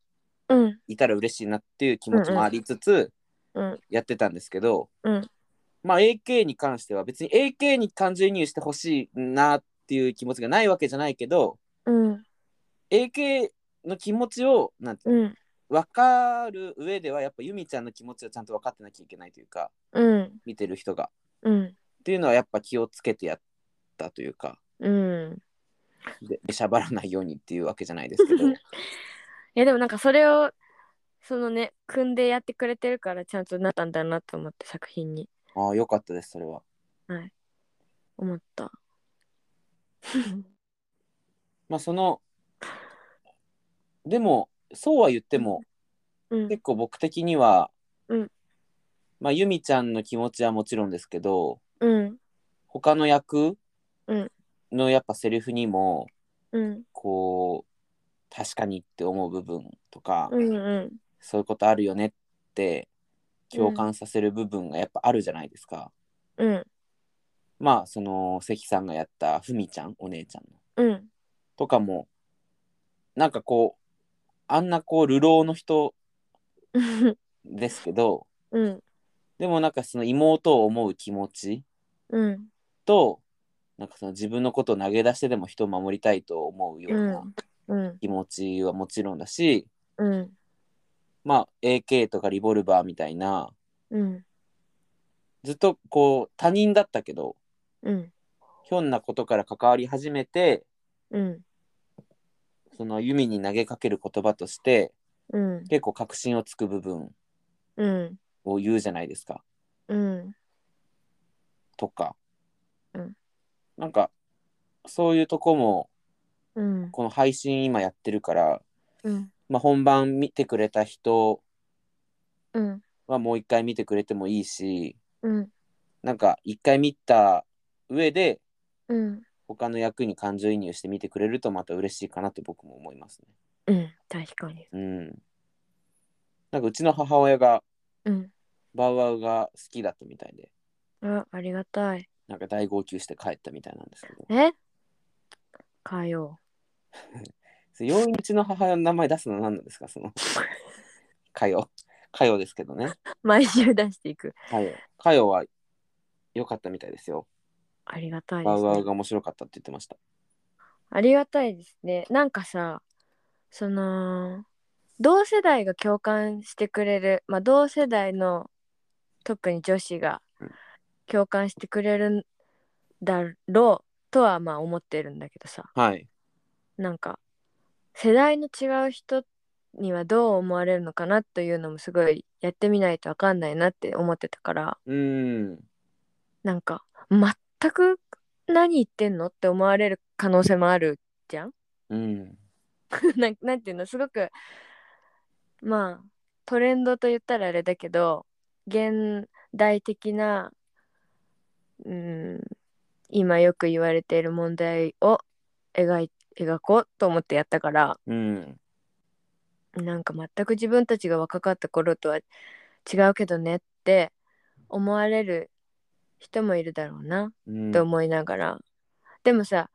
Speaker 1: うん
Speaker 2: いたら嬉しいなっていう気持ちもありつつ、
Speaker 1: うん
Speaker 2: やってたんですけど、
Speaker 1: うん
Speaker 2: まあ AK に関しては別に AK に感情移入してほしいなっていう気持ちがないわけじゃないけど
Speaker 1: うん。
Speaker 2: AK の気持ちをなんて
Speaker 1: うん。
Speaker 2: 分かる上ではやっぱユミちゃんの気持ちをちゃんと分かってなきゃいけないというか
Speaker 1: うん。
Speaker 2: 見てる人が
Speaker 1: うん。
Speaker 2: っていうのはやっぱ気をつけてやったというか
Speaker 1: うん。
Speaker 2: ででしゃばらないようにっていうわけじゃないですけど
Speaker 1: いや、でもなんかそれを、そのね、組んでやってくれてるから、ちゃんとなったんだなと思って、作品に
Speaker 2: ああよかったですそれは。
Speaker 1: 思った。
Speaker 2: まあそのでもそうは言っても
Speaker 1: うん。
Speaker 2: 結構僕的には、
Speaker 1: うん
Speaker 2: まあユミちゃんの気持ちはもちろんですけど
Speaker 1: うん。
Speaker 2: 他の役
Speaker 1: うん
Speaker 2: のやっぱセリフにも
Speaker 1: うん。
Speaker 2: こう確かにって思う部分とか、
Speaker 1: うん。うん。
Speaker 2: そういうことあるよねって共感させる部分がやっぱあるじゃないですか。
Speaker 1: うん。
Speaker 2: まあその関さんがやったふみちゃんお姉ちゃんの
Speaker 1: うん。
Speaker 2: とかもなんかこうあんなこう流浪の人
Speaker 1: うん。
Speaker 2: ですけど
Speaker 1: うん。
Speaker 2: でもなんかその妹を思う気持ち
Speaker 1: うん。
Speaker 2: となんかその自分のことを投げ出してでも人を守りたいと思うような
Speaker 1: うん。
Speaker 2: 気持ちはもちろんだし、
Speaker 1: うん。
Speaker 2: まあ AK とかリボルバーみたいな
Speaker 1: うん。
Speaker 2: ずっとこう他人だったけど
Speaker 1: うん。
Speaker 2: ひょんなことから関わり始めて
Speaker 1: うん。
Speaker 2: その弓に投げかける言葉として
Speaker 1: うん。
Speaker 2: 結構確信をつく部分
Speaker 1: うん。
Speaker 2: を言うじゃないですか
Speaker 1: うん。
Speaker 2: とか、
Speaker 1: うん
Speaker 2: なんかそういうとこも
Speaker 1: うん。
Speaker 2: この配信今やってるから、
Speaker 1: うん。
Speaker 2: まあ、本番見てくれた人
Speaker 1: うん。
Speaker 2: はもう一回見てくれてもいいし
Speaker 1: うん。
Speaker 2: なんか一回見た上で
Speaker 1: うん。
Speaker 2: 他の役に感情移入して見てくれるとまた嬉しいかなって僕も思います
Speaker 1: う
Speaker 2: ね。
Speaker 1: ん。確かに。
Speaker 2: うん。なんかうちの母親が
Speaker 1: うん。
Speaker 2: バウアウが好きだったみたいで、
Speaker 1: あ、ありがたい。
Speaker 2: なんか大号泣して帰ったみたいなんですけど。
Speaker 1: えかよう。
Speaker 2: それ陽一の母親の名前出すの何なんですかその。かよ。かよですけどね。
Speaker 1: 毎週出していく。
Speaker 2: かよ。かよは良かったみたいですよ。
Speaker 1: ありがたいで
Speaker 2: ワウ
Speaker 1: す
Speaker 2: ワ
Speaker 1: ね
Speaker 2: ウ。が面白かったって言ってました。
Speaker 1: ありがたいですね。なんかさ、その、同世代が共感してくれる、まあ、同世代の特に女子が
Speaker 2: うん
Speaker 1: 共感してくれるんだろうとはまあ思ってるんだけどさ、
Speaker 2: はい。
Speaker 1: なんか、世代の違う人にはどう思われるのかなというのもすごいやってみないとわかんないなって思ってたから、
Speaker 2: うーん。
Speaker 1: なんか、全く何言ってんのって思われる可能性もあるじゃん
Speaker 2: うん。
Speaker 1: ななんていうのすごくまあトレンドと言ったらあれだけど現代的なうん今よく言われている問題を描い描こうと思ってやったから
Speaker 2: うん。
Speaker 1: なんか全く自分たちが若かった頃とは違うけどねって思われる人もいるだろうな
Speaker 2: うん
Speaker 1: と思いながら、でもさ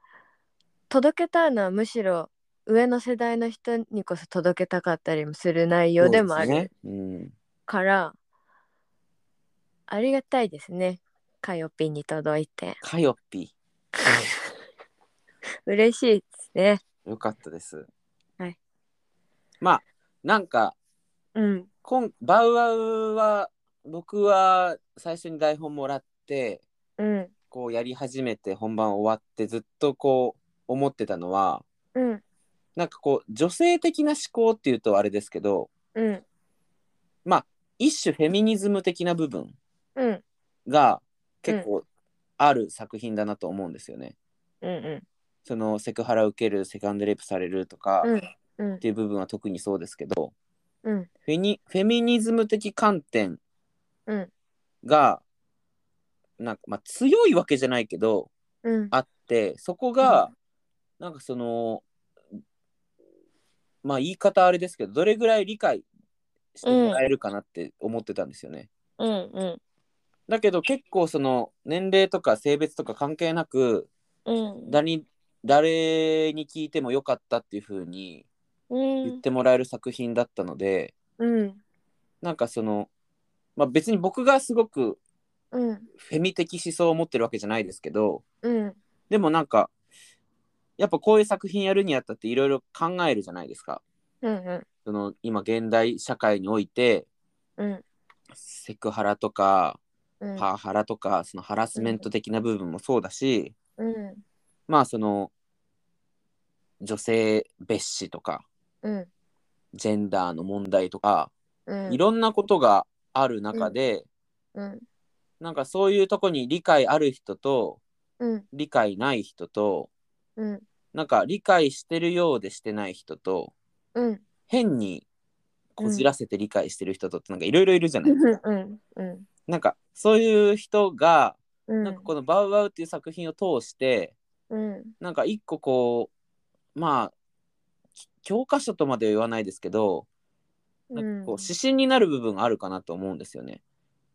Speaker 1: 届けたいのはむしろ上の世代の人にこそ届けたかったりもする内容でもある。
Speaker 2: そうですね
Speaker 1: から、ありがたいですねかよぴんに届いて
Speaker 2: うん。かよっぴ。
Speaker 1: 嬉しいですね
Speaker 2: よかったです。
Speaker 1: はい。
Speaker 2: まあ、なんか、
Speaker 1: うん
Speaker 2: こんバウワウは、僕は最初に台本もらって、
Speaker 1: うん
Speaker 2: こうやり始めて本番終わってずっとこう思ってたのは、
Speaker 1: うん
Speaker 2: なんかこう女性的な思考っていうとあれですけど、
Speaker 1: うん
Speaker 2: 一種フェミニズム的な部分
Speaker 1: うん
Speaker 2: が結構ある作品だなと思うんですよね。
Speaker 1: うん
Speaker 2: そのセクハラ受けるセカンドレイプされるとか
Speaker 1: うん
Speaker 2: っ
Speaker 1: うん
Speaker 2: ていう部分は特にそうですけど、
Speaker 1: うん
Speaker 2: フェニフェミニズム的観点
Speaker 1: うん
Speaker 2: がなんかまあ強いわけじゃないけど
Speaker 1: うん
Speaker 2: あってそこがなんかそのまあ言い方あれですけどどれぐらい理解してもらえるかなって思ってたんですよね。
Speaker 1: うんうん
Speaker 2: だけど結構その年齢とか性別とか関係なく
Speaker 1: うん
Speaker 2: 誰に誰に聞いてもよかったっていう風に言ってもらえる作品だったので、
Speaker 1: うん
Speaker 2: なんかその、まあ、別に僕がすごく
Speaker 1: うん
Speaker 2: フェミ的思想を持ってるわけじゃないですけど
Speaker 1: うん
Speaker 2: でもなんかやっぱこういう作品やるにあたっていろいろ考えるじゃないですか。
Speaker 1: うん
Speaker 2: その今現代社会において
Speaker 1: うん
Speaker 2: セクハラとか
Speaker 1: うん
Speaker 2: パワハラとかそのハラスメント的な部分もそうだし、
Speaker 1: うん
Speaker 2: まあその女性蔑視とか
Speaker 1: うん
Speaker 2: ジェンダーの問題とか、
Speaker 1: うん
Speaker 2: いろんなことがある中で、
Speaker 1: うん
Speaker 2: なんかそういうとこに理解ある人と
Speaker 1: うん
Speaker 2: 理解ない人と
Speaker 1: うん
Speaker 2: なんか理解してるようでしてない人と
Speaker 1: うん
Speaker 2: 変にこじらせて理解してる人とってなんかいろいろいるじゃない、
Speaker 1: うんうん
Speaker 2: なんかそういう人が、
Speaker 1: うん
Speaker 2: なんかこの「バウバウ」っていう作品を通して
Speaker 1: うん
Speaker 2: なんか一個こうまあき教科書とまでは言わないですけど、なんかこう指針になる部分があるかなと思うんですよね。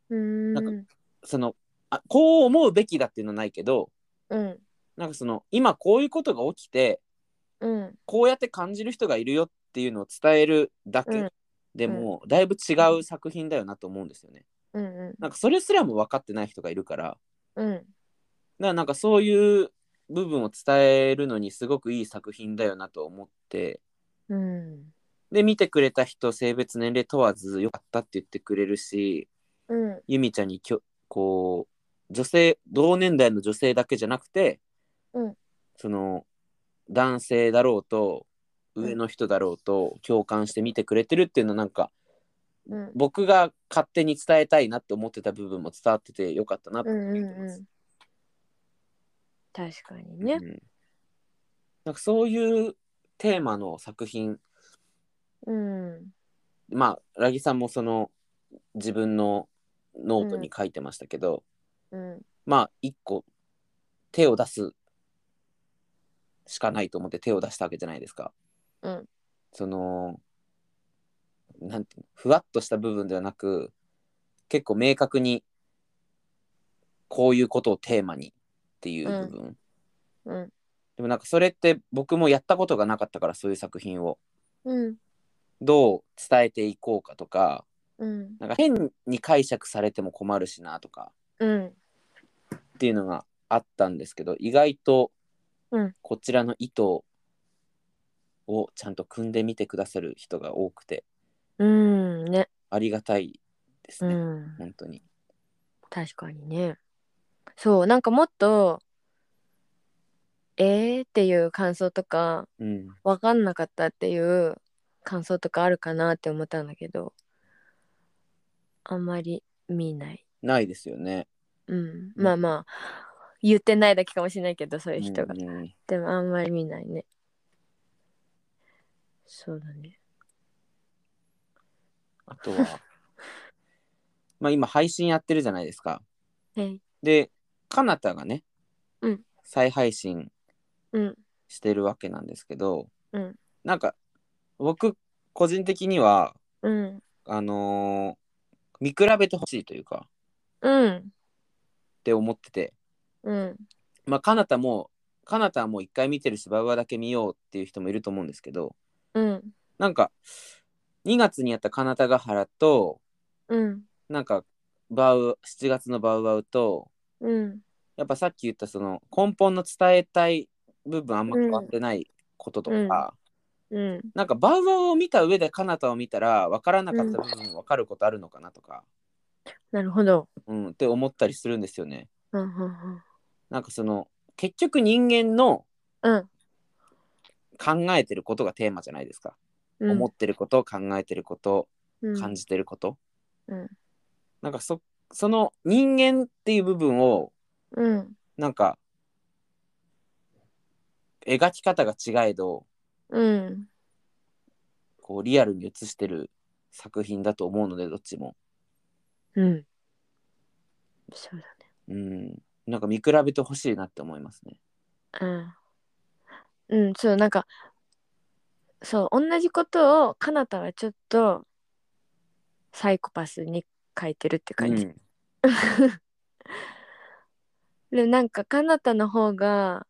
Speaker 1: うん
Speaker 2: なんそのあこう思うべきだっていうのはないけど
Speaker 1: うん
Speaker 2: なんかその今こういうことが起きて
Speaker 1: うん
Speaker 2: こうやって感じる人がいるよっていうのを伝えるだ
Speaker 1: うん
Speaker 2: けでも、だいぶ違う作品だよなと思うんですよね。
Speaker 1: うん
Speaker 2: なんかそれすらも分かってない人がいるからだか
Speaker 1: うん
Speaker 2: らなんかそういう部分を伝えるのにすごくいい作品だよなと思って
Speaker 1: うん
Speaker 2: で見てくれた人性別年齢問わずよかったって言ってくれるし
Speaker 1: うん
Speaker 2: ユミちゃんにきょこう女性同年代の女性だけじゃなくて、
Speaker 1: うん
Speaker 2: その男性だろうと上の人だろうと共感して見てくれてるっていうのはなんか
Speaker 1: うん
Speaker 2: 僕が勝手に伝えたいなって思ってた部分も伝わっててよかったなと
Speaker 1: うん
Speaker 2: 思って
Speaker 1: う
Speaker 2: ます
Speaker 1: ん。確かにね。
Speaker 2: うんなんかそういうテーマの作品
Speaker 1: うん
Speaker 2: まあラギさんもその自分のノートに書いてましたけど、
Speaker 1: うん
Speaker 2: まあ一個手を出すしかないと思って手を出したわけじゃないですか。
Speaker 1: うん
Speaker 2: そのなんていうのふわっとした部分ではなく結構明確にこういうことをテーマにっていう部分、
Speaker 1: うん
Speaker 2: でもなんかそれって僕もやったことがなかったからそういう作品を
Speaker 1: うん
Speaker 2: どう伝えていこうかとか
Speaker 1: うん
Speaker 2: なんか変に解釈されても困るしなとか
Speaker 1: うん
Speaker 2: っていうのがあったんですけど意外と
Speaker 1: うん
Speaker 2: こちらの意図をちゃんと組んでみてくださる人が多くて
Speaker 1: うんね
Speaker 2: ありがたいです
Speaker 1: う
Speaker 2: ね、
Speaker 1: ん
Speaker 2: 本当に。
Speaker 1: 確かにねそうなんかもっとえーっていう感想とか
Speaker 2: うん、
Speaker 1: 分かんなかったっていう感想とかあるかなって思ったんだけどあんまり見ない
Speaker 2: ないですよね。
Speaker 1: うんまあまあ言ってないだけかもしれないけどそういう人が、
Speaker 2: うんうん
Speaker 1: でもあんまり見ないねそうだね
Speaker 2: あとは まあ今配信やってるじゃないですか。
Speaker 1: はい
Speaker 2: でかなたがね、
Speaker 1: うん
Speaker 2: 再配信
Speaker 1: うん
Speaker 2: してるわけなんですけど、
Speaker 1: うん
Speaker 2: なんか僕個人的には
Speaker 1: うん
Speaker 2: あのー見比べてほしいというか
Speaker 1: うん
Speaker 2: って思ってて
Speaker 1: うん
Speaker 2: まあかなたもかなたはもう一回見てるしバウアーだけ見ようっていう人もいると思うんですけど
Speaker 1: うん
Speaker 2: なんか2月にやったかなたが原と
Speaker 1: うん
Speaker 2: なんかバウ7月のバウアウと
Speaker 1: うん
Speaker 2: やっぱさっき言ったその根本の伝えたい部分あんま変わってないこととか、
Speaker 1: うんうん
Speaker 2: なんかバウアーを見た上でカナタを見たら分からなかった部分分かることあるのかなとか、
Speaker 1: なるほど
Speaker 2: うん、って思ったりするんですよね。
Speaker 1: うんうん
Speaker 2: なんかその結局人間の
Speaker 1: うん
Speaker 2: 考えてることがテーマじゃないですか。
Speaker 1: うん
Speaker 2: 思ってること考えてること
Speaker 1: うん
Speaker 2: 感じてること。
Speaker 1: うん
Speaker 2: なんかそその人間っていう部分を
Speaker 1: うん
Speaker 2: なんか描き方が違えど
Speaker 1: うん
Speaker 2: こうリアルに映してる作品だと思うのでどっちも。
Speaker 1: うんそうだ
Speaker 2: うん、なんか見比べてほしいなって思いますね。
Speaker 1: うんうん、そう、なんか、そう、同じことを、かなたはちょっと、サイコパスに書いてるって感じ。
Speaker 2: うん
Speaker 1: で、なんか、かなたの方が、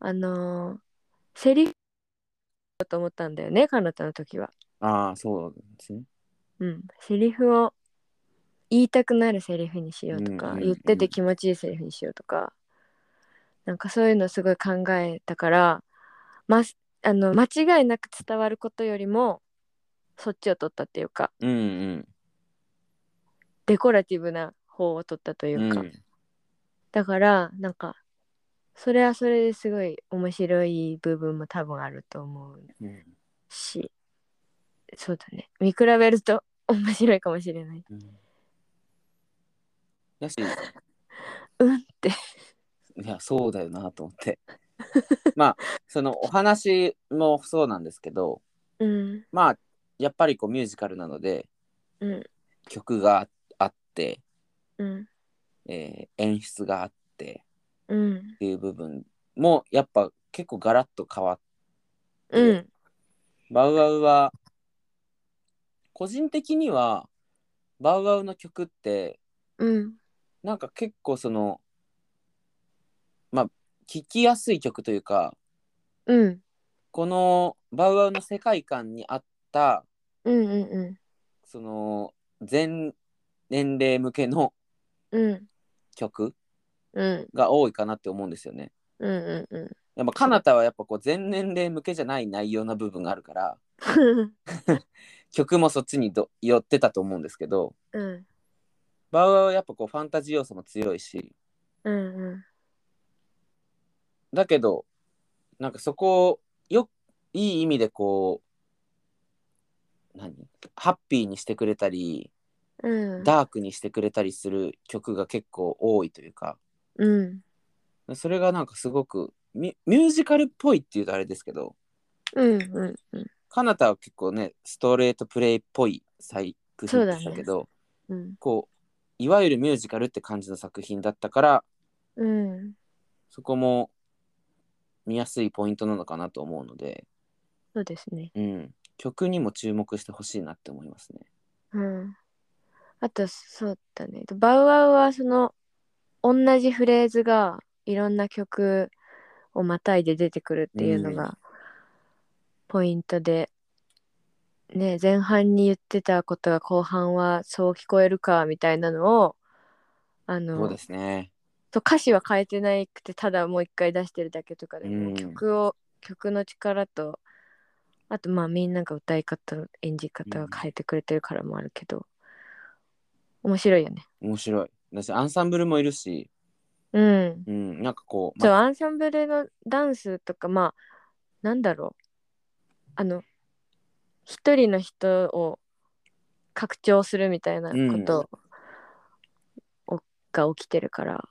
Speaker 1: あのーセリフだと思ったんだよね、かなたの時は。
Speaker 2: ああ、そうですね。
Speaker 1: うん、セリフを、言いたくなるセリフにしようと
Speaker 2: うん
Speaker 1: か、
Speaker 2: うんうん
Speaker 1: 言ってて気持ちいいセリフにしようとか、なんかそういうのすごい考えたから、ま、あの間違いなく伝わることよりもそっちを取ったっていうか
Speaker 2: うんうん。
Speaker 1: デコラティブな方を取ったというか、
Speaker 2: うん
Speaker 1: だからなんかそれはそれですごい面白い部分も多分あると思う
Speaker 2: うん
Speaker 1: しそうだね見比べると面白いかもしれない
Speaker 2: うんだし、
Speaker 1: うんって
Speaker 2: いや、そうだよなと思って。 まあ、そのお話もそうなんですけど、
Speaker 1: うん
Speaker 2: まあ、やっぱりこうミュージカルなので、
Speaker 1: うん
Speaker 2: 曲があって、
Speaker 1: うん
Speaker 2: えー演出があって
Speaker 1: うん
Speaker 2: っていう部分も、やっぱ結構ガラッと変わっ
Speaker 1: うん
Speaker 2: バウアウは、個人的には、バウアウの曲って、
Speaker 1: うん
Speaker 2: なんか結構そのまあ聞きやすい曲というか
Speaker 1: うん
Speaker 2: このバウアウの世界観に合った
Speaker 1: うんうん
Speaker 2: その全年齢向けの
Speaker 1: うん
Speaker 2: 曲
Speaker 1: うん
Speaker 2: が多いかなって思うんですよね。
Speaker 1: うんうんうんうん
Speaker 2: やっぱカナタはやっぱこう全年齢向けじゃない内容な部分があるから曲もそっちにど寄ってたと思うんですけど
Speaker 1: うん
Speaker 2: バウアウはやっぱこうファンタジー要素も強いし
Speaker 1: うん
Speaker 2: だけどなんかそこをよいい意味でこう何ハッピーにしてくれたり
Speaker 1: うん
Speaker 2: ダークにしてくれたりする曲が結構多いというか
Speaker 1: うん
Speaker 2: それがなんかすごくミミュージカルっぽいっていうとあれですけど
Speaker 1: うんうんうん
Speaker 2: カナタは結構ねストレートプレイっぽい作品でしたけど
Speaker 1: うん
Speaker 2: こういわゆるミュージカルって感じの作品だったから
Speaker 1: うん
Speaker 2: そこも見やすいポイントなのかなと思うので、
Speaker 1: そうですね。
Speaker 2: うん、曲にも注目してほしいなって思いますね。
Speaker 1: うん。あとそうだね。バウアウはその同じフレーズがいろんな曲をまたいで出てくるっていうの
Speaker 2: う
Speaker 1: がポイントで、ね前半に言ってたことが後半はそう聞こえるかみたいなのをあ
Speaker 2: そう
Speaker 1: の
Speaker 2: ですね。
Speaker 1: そう歌詞は変えてないくてただもう一回出してるだけとかでも、
Speaker 2: うん
Speaker 1: 曲を曲の力とあとまあみんなが歌い方演じ方が変えてくれてるからもあるけど、面白いよね。
Speaker 2: 面白い。だし、アンサンブルもいるし、
Speaker 1: うん
Speaker 2: うん、なんかこう、
Speaker 1: そう
Speaker 2: ま
Speaker 1: アンサンブルのダンスとかまあなんだろうあの一人の人を拡張するみたいなことを、が起きてるから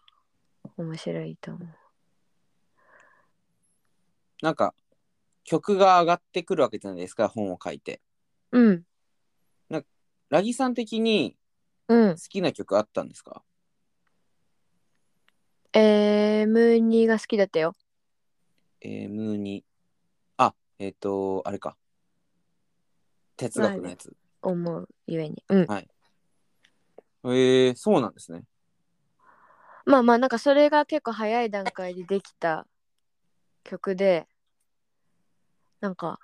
Speaker 1: 面白いと思う。
Speaker 2: なんか、曲が上がってくるわけじゃないですか、本を書いて。
Speaker 1: うん
Speaker 2: ラギさん的に
Speaker 1: うん
Speaker 2: 好。きな曲あったんですか
Speaker 1: えー、ムーニーが好きだったよ。
Speaker 2: えー、ムーに。あ、えっ、と、あれか。哲学のやつ。
Speaker 1: 思うゆえに。うん。
Speaker 2: ええー、そうなんですね。
Speaker 1: まあまあなんかそれが結構早い段階でできた曲でなんか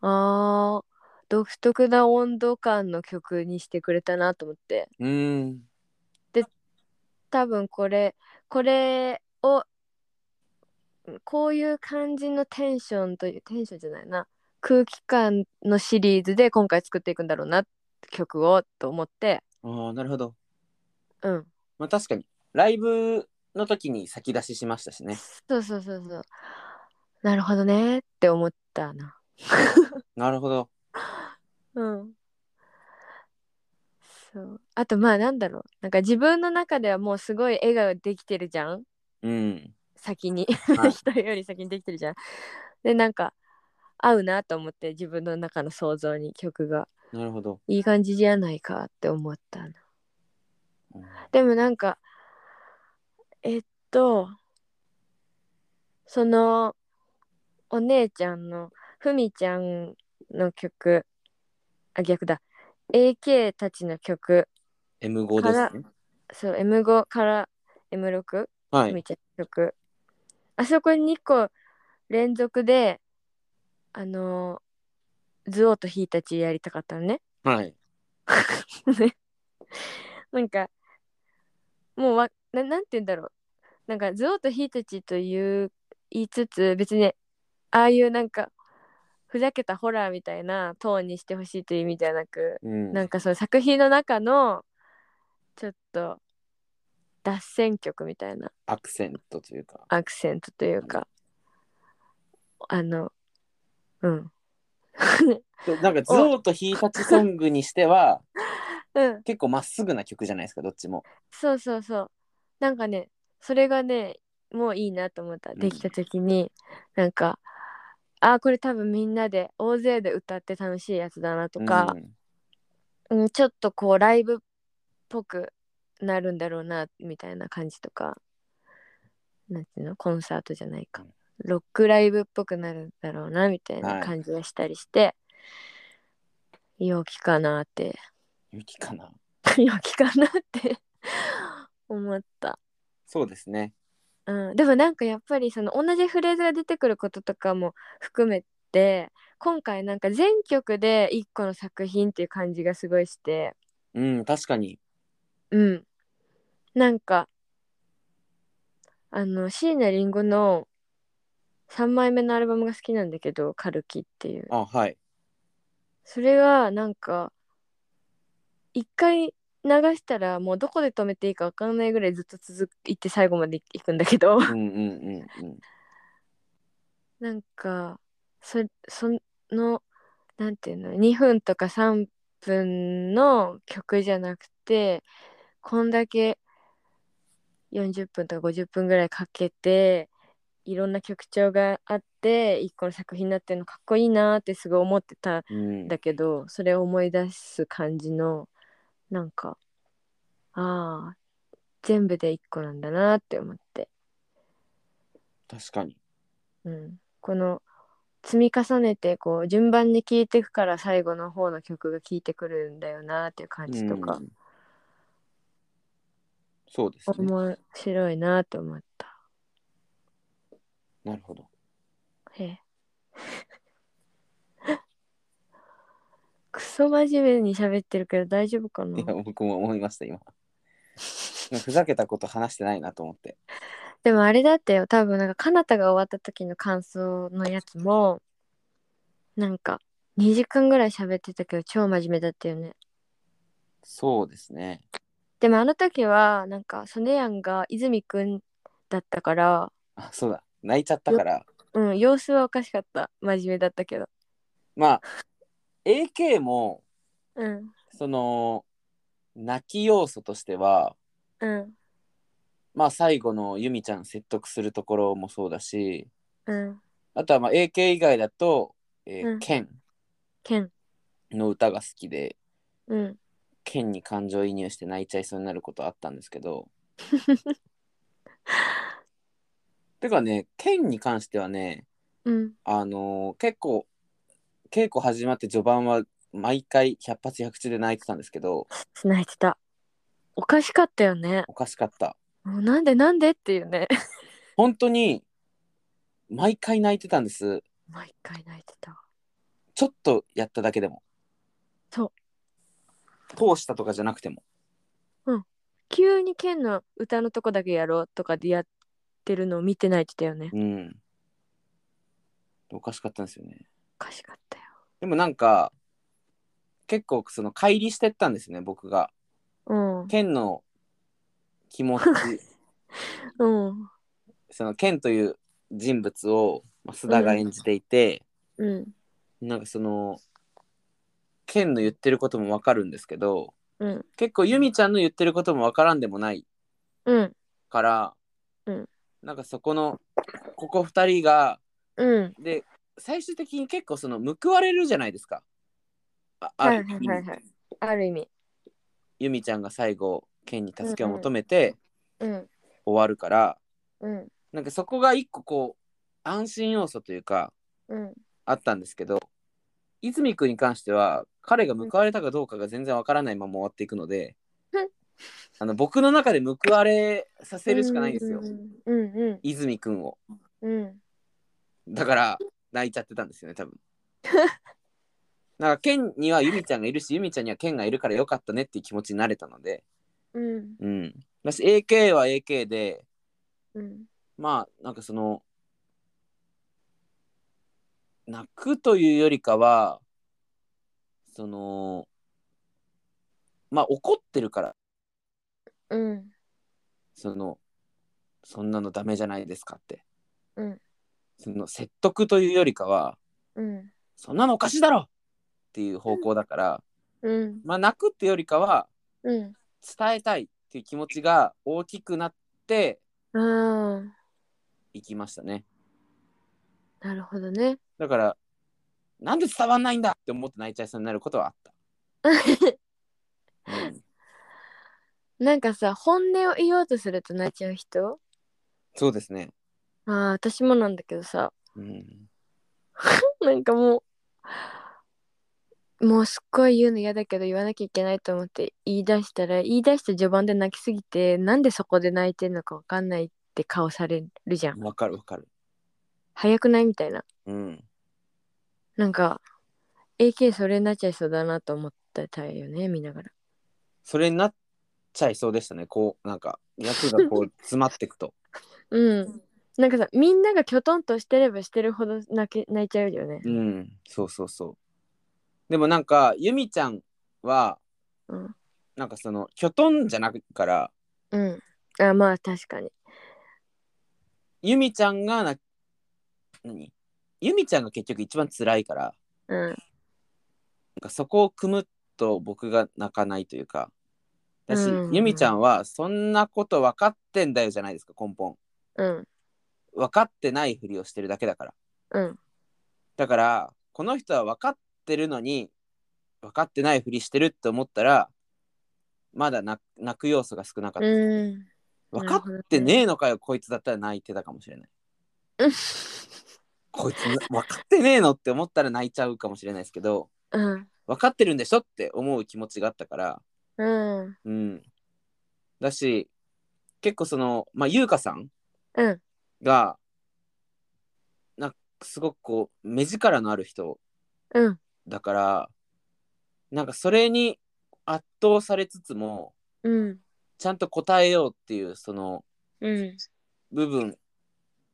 Speaker 1: あー独特な温度感の曲にしてくれたなと思って
Speaker 2: うーん。
Speaker 1: 多分これこれをこういう感じのテンションというテンションじゃないな空気感のシリーズで今回作っていくんだろうな曲をと思って
Speaker 2: ああ、なるほど。
Speaker 1: うん
Speaker 2: まあ確かに、ライブの時に先出ししましたしね。
Speaker 1: そうそうそうそうなるほどねって思ったな。
Speaker 2: なるほど。
Speaker 1: うん。そう。あとまあなんだろう。なんか自分の中ではもうすごい絵ができてるじゃん
Speaker 2: うん。
Speaker 1: 先に。
Speaker 2: はい
Speaker 1: 人より先にできてるじゃん。でなんか合うなと思って自分の中の想像に曲が
Speaker 2: なるほど。
Speaker 1: いい感じじゃないかって思ったな。
Speaker 2: うん
Speaker 1: でもなんかえっとそのお姉ちゃんのふみちゃんの曲あ逆だ AK たちの曲
Speaker 2: M5
Speaker 1: から
Speaker 2: ですね。
Speaker 1: そう M5 から M6
Speaker 2: は
Speaker 1: ふ
Speaker 2: い。
Speaker 1: みちゃんの曲、あそこに2個連続であのズオとヒーたちやりたかったのね
Speaker 2: はい。
Speaker 1: ね なんかもうわななんて言うんだろうなんか「ゾウとヒーたち」という言いつつ別にああいうなんかふざけたホラーみたいなトーンにしてほしいという意味ではなく
Speaker 2: うん。
Speaker 1: なんかその作品の中のちょっと脱線曲みたいな
Speaker 2: アクセントというか。
Speaker 1: アクセントというかあのうん
Speaker 2: なんか、ゾウとヒータチソングにしては、
Speaker 1: うん
Speaker 2: 結構まっすぐな曲じゃないですか、どっちも。
Speaker 1: そうそうそうなんかねそれがねもういいなと思った
Speaker 2: うん
Speaker 1: できた時に、なんかあーこれ多分みんなで大勢で歌って楽しいやつだなとか
Speaker 2: う、ん
Speaker 1: うん、ちょっとこうライブっぽくなるんだろうなみたいな感じとかなんていうのコンサートじゃないかロックライブっぽくなるんだろうなみたい
Speaker 2: は
Speaker 1: ない感じがしたりして、陽気かなって
Speaker 2: 雪かな。
Speaker 1: 陽気かなって 思った。
Speaker 2: そうですね。
Speaker 1: うん、でもなんかやっぱりその同じフレーズが出てくることとかも含めて今回なんか全曲で一個の作品っていう感じがすごいして
Speaker 2: うん、確かに。
Speaker 1: うんなんかあの椎名林檎の3枚目のアルバムが好きなんだけど「カルキ」っていう
Speaker 2: あ、はい。
Speaker 1: それがなんか一回流したらもうどこで止めていいか分かんないぐらいずっと続いて最後までいくんだけど
Speaker 2: うんうんうんうん。
Speaker 1: なんかそそのなんていうの2分とか3分の曲じゃなくてこんだけ40分とか50分ぐらいかけていろんな曲調があって一個の作品になってるのかっこいいなーってすごい思ってたん
Speaker 2: うん、
Speaker 1: だけどそれを思い出す感じのなんかああ全部で一個なんだなーって思って。
Speaker 2: 確かに。
Speaker 1: うん、この積み重ねてこう順番に聴いていくから最後の方の曲が聴いてくるんだよなっていう感じとか
Speaker 2: うん、そうですね。
Speaker 1: 面白いなと思った。
Speaker 2: なるほど。
Speaker 1: へえ クソ真面目に喋ってるけど大丈夫かない
Speaker 2: や僕も思いました今 ふざけたこと話してないなと思って
Speaker 1: でもあれだったよ多分なんかかなたが終わった時の感想のやつもなんか2時間ぐらい喋ってたけど超真面目だったよね
Speaker 2: そうですね
Speaker 1: でもあの時はなんかソネヤンが泉くんだったから
Speaker 2: あそうだ泣いちゃったから
Speaker 1: うん様子はおかしかった真面目だったけど
Speaker 2: まあ AK も
Speaker 1: うん
Speaker 2: その泣き要素としては
Speaker 1: うん
Speaker 2: まあ最後のユミちゃん説得するところもそうだし
Speaker 1: うん
Speaker 2: あとはまあ AK 以外だと、えー
Speaker 1: うん
Speaker 2: ケン
Speaker 1: ケン
Speaker 2: の歌が好きで
Speaker 1: うん
Speaker 2: ケンに感情移入して泣いちゃいそうになることあったんですけどてかねケンに関してはね
Speaker 1: うん
Speaker 2: あのー結構稽古始まって序盤は毎回百発百中で泣いてたんですけど
Speaker 1: 泣いてたおかしかったよね
Speaker 2: おかしかった
Speaker 1: もうなんでなんでっていうね
Speaker 2: 本当に毎回泣いてたんです
Speaker 1: 毎回泣いてた
Speaker 2: ちょっとやっただけでも
Speaker 1: そう
Speaker 2: 通したとかじゃなくても
Speaker 1: 急にケンの歌のとこだけやろうとかでやってるのを見て泣いてたよね
Speaker 2: うんおかしかったんですよね
Speaker 1: おかしかったよ
Speaker 2: でもなんか結構その乖離してったんですね僕が
Speaker 1: うん
Speaker 2: 剣の 気持ち
Speaker 1: うん
Speaker 2: その剣という人物をまあ須田が演じていて、
Speaker 1: うん
Speaker 2: なんかその剣の言ってることもわかるんですけど
Speaker 1: うん
Speaker 2: 結構ユミちゃんの言ってることもわからんでもない
Speaker 1: うん
Speaker 2: から、
Speaker 1: うん
Speaker 2: なんかそこのここ2人が
Speaker 1: うん
Speaker 2: で最終的に結構その報われるじゃないですか。ああ
Speaker 1: はい
Speaker 2: る
Speaker 1: はいはいはいある意味
Speaker 2: ユミちゃんが最後剣に助けを求めて
Speaker 1: うん
Speaker 2: 終わるから、
Speaker 1: うん
Speaker 2: なんかそこが一個こう安心要素というか
Speaker 1: うん
Speaker 2: あったんですけど泉君に関しては彼が報われたかどうかが全然わからないまま終わっていく ので、
Speaker 1: うん
Speaker 2: あの僕の中で報われさせるしかないんですよ、
Speaker 1: うんうん
Speaker 2: 泉君を
Speaker 1: うん
Speaker 2: だから泣いちゃってたんですよね多 分なんか剣にはユミちゃんがいるしユミちゃんには剣がいるからよかったねっていう気持ちになれたので
Speaker 1: うん
Speaker 2: うんだし AK は AK で
Speaker 1: うん
Speaker 2: まあなんかその泣くというよりかはそのまあ怒ってるから
Speaker 1: うん
Speaker 2: そのそんなのダメじゃないですかって、
Speaker 1: うん
Speaker 2: その説得というよりかは
Speaker 1: うん
Speaker 2: そんなのおかしいだろっていう方向だから、
Speaker 1: うん
Speaker 2: まあ泣くっていうよりかは
Speaker 1: うん
Speaker 2: 伝えたいっていう気持ちが大きくなって
Speaker 1: ああ
Speaker 2: いきましたね
Speaker 1: なるほどね
Speaker 2: だからなんで伝わんないんだって思って泣いちゃいそうになることはあった。うん
Speaker 1: なんかさ本音を言おうとすると泣いちゃう人
Speaker 2: そうですね。
Speaker 1: ああ私もなんだけどさ
Speaker 2: うん。
Speaker 1: なんかもう、もうすっごい言うの嫌だけど言わなきゃいけないと思って言い出したら、言い出した序盤で泣きすぎて、なんでそこで泣いてんのかわかんないって顔されるじゃん。
Speaker 2: わかるわかる。
Speaker 1: 早くないみたいな。
Speaker 2: うん。
Speaker 1: なんか、AK それになっちゃいそうだなと思ったたよね、見ながら。
Speaker 2: それになっちゃいそうでしたね。こう、なんか、役がこう、詰まっていくと。
Speaker 1: うん。なんかさ、みんながきょとんとしてればしてるほど泣け泣いちゃうよね。
Speaker 2: うん。そうそうそう。でもなんか、ゆみちゃんは、
Speaker 1: うん。
Speaker 2: なんかその、きょとんじゃなくから、
Speaker 1: うん。あ、まあ確かに。
Speaker 2: ゆみちゃんがな、何ゆみちゃんが結局一番辛いから、
Speaker 1: うん。
Speaker 2: なんかそこを組むと僕が泣かないというか、だし、
Speaker 1: うん
Speaker 2: ゆみちゃんは、そんなこと分かってんだよじゃないですか、根本。
Speaker 1: うん。
Speaker 2: 分かってないふりをしてるだけだから。
Speaker 1: うん。
Speaker 2: だからこの人は分かってるのに分かってないふりしてるって思ったらまだ泣泣く要素が少なかった、
Speaker 1: うん。
Speaker 2: 分かってねえのかよこいつだったら泣いてたかもしれないこいつ分かってねえのって思ったら泣いちゃうかもしれないですけど
Speaker 1: うん。
Speaker 2: 分かってるんでしょって思う気持ちがあったから
Speaker 1: うん。
Speaker 2: うんだし結構そのまあ優香さん
Speaker 1: うん。
Speaker 2: がなんかすごくこう目力のある人
Speaker 1: うん。
Speaker 2: だからなんかそれに圧倒されつつも
Speaker 1: うん
Speaker 2: ちゃんと答えようっていうその
Speaker 1: うん
Speaker 2: 部分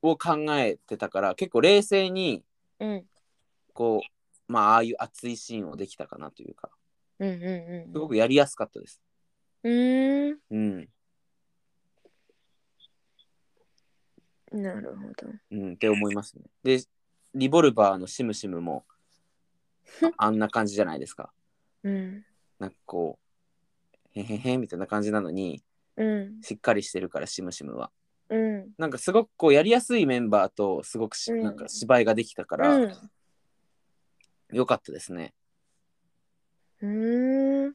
Speaker 2: を考えてたから結構冷静に
Speaker 1: うん
Speaker 2: こうまあああいう熱いシーンをできたかなというか
Speaker 1: うんうん
Speaker 2: すごくやりやすかったです。
Speaker 1: うんう
Speaker 2: うん、
Speaker 1: ーんなるほど
Speaker 2: うん、って思いますね。でリボルバーのシムシムもああんな感じじゃないですか。
Speaker 1: うん
Speaker 2: なんかこうへへへみたいな感じなのに
Speaker 1: うん
Speaker 2: しっかりしてるからシムシムは。
Speaker 1: うん
Speaker 2: なんかすごくこうやりやすいメンバーとすごくし、
Speaker 1: うん
Speaker 2: なんか芝居ができたから、
Speaker 1: う
Speaker 2: 良
Speaker 1: ん
Speaker 2: よかったですね。
Speaker 1: うーん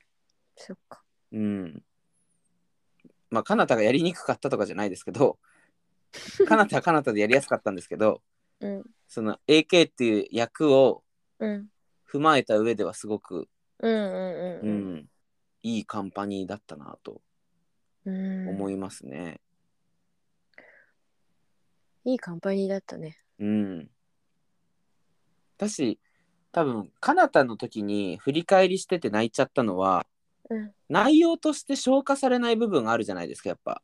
Speaker 1: そっか
Speaker 2: うん。まあ、かなたがやりにくかったとかじゃないです けど、かなたはかなたでやりやすかったんですけど、
Speaker 1: うん
Speaker 2: その AK っていう役を
Speaker 1: うん
Speaker 2: 踏まえた上ではすごく、
Speaker 1: うんうん
Speaker 2: う
Speaker 1: うん
Speaker 2: ん、いいカンパニーだったなと
Speaker 1: うん
Speaker 2: 思いますね。
Speaker 1: いいカンパニーだったね
Speaker 2: うん。だし、多分、かなたの時に振り返りしてて泣いちゃったのは、
Speaker 1: うん
Speaker 2: 内容として消化されない部分があるじゃないですか、やっぱ。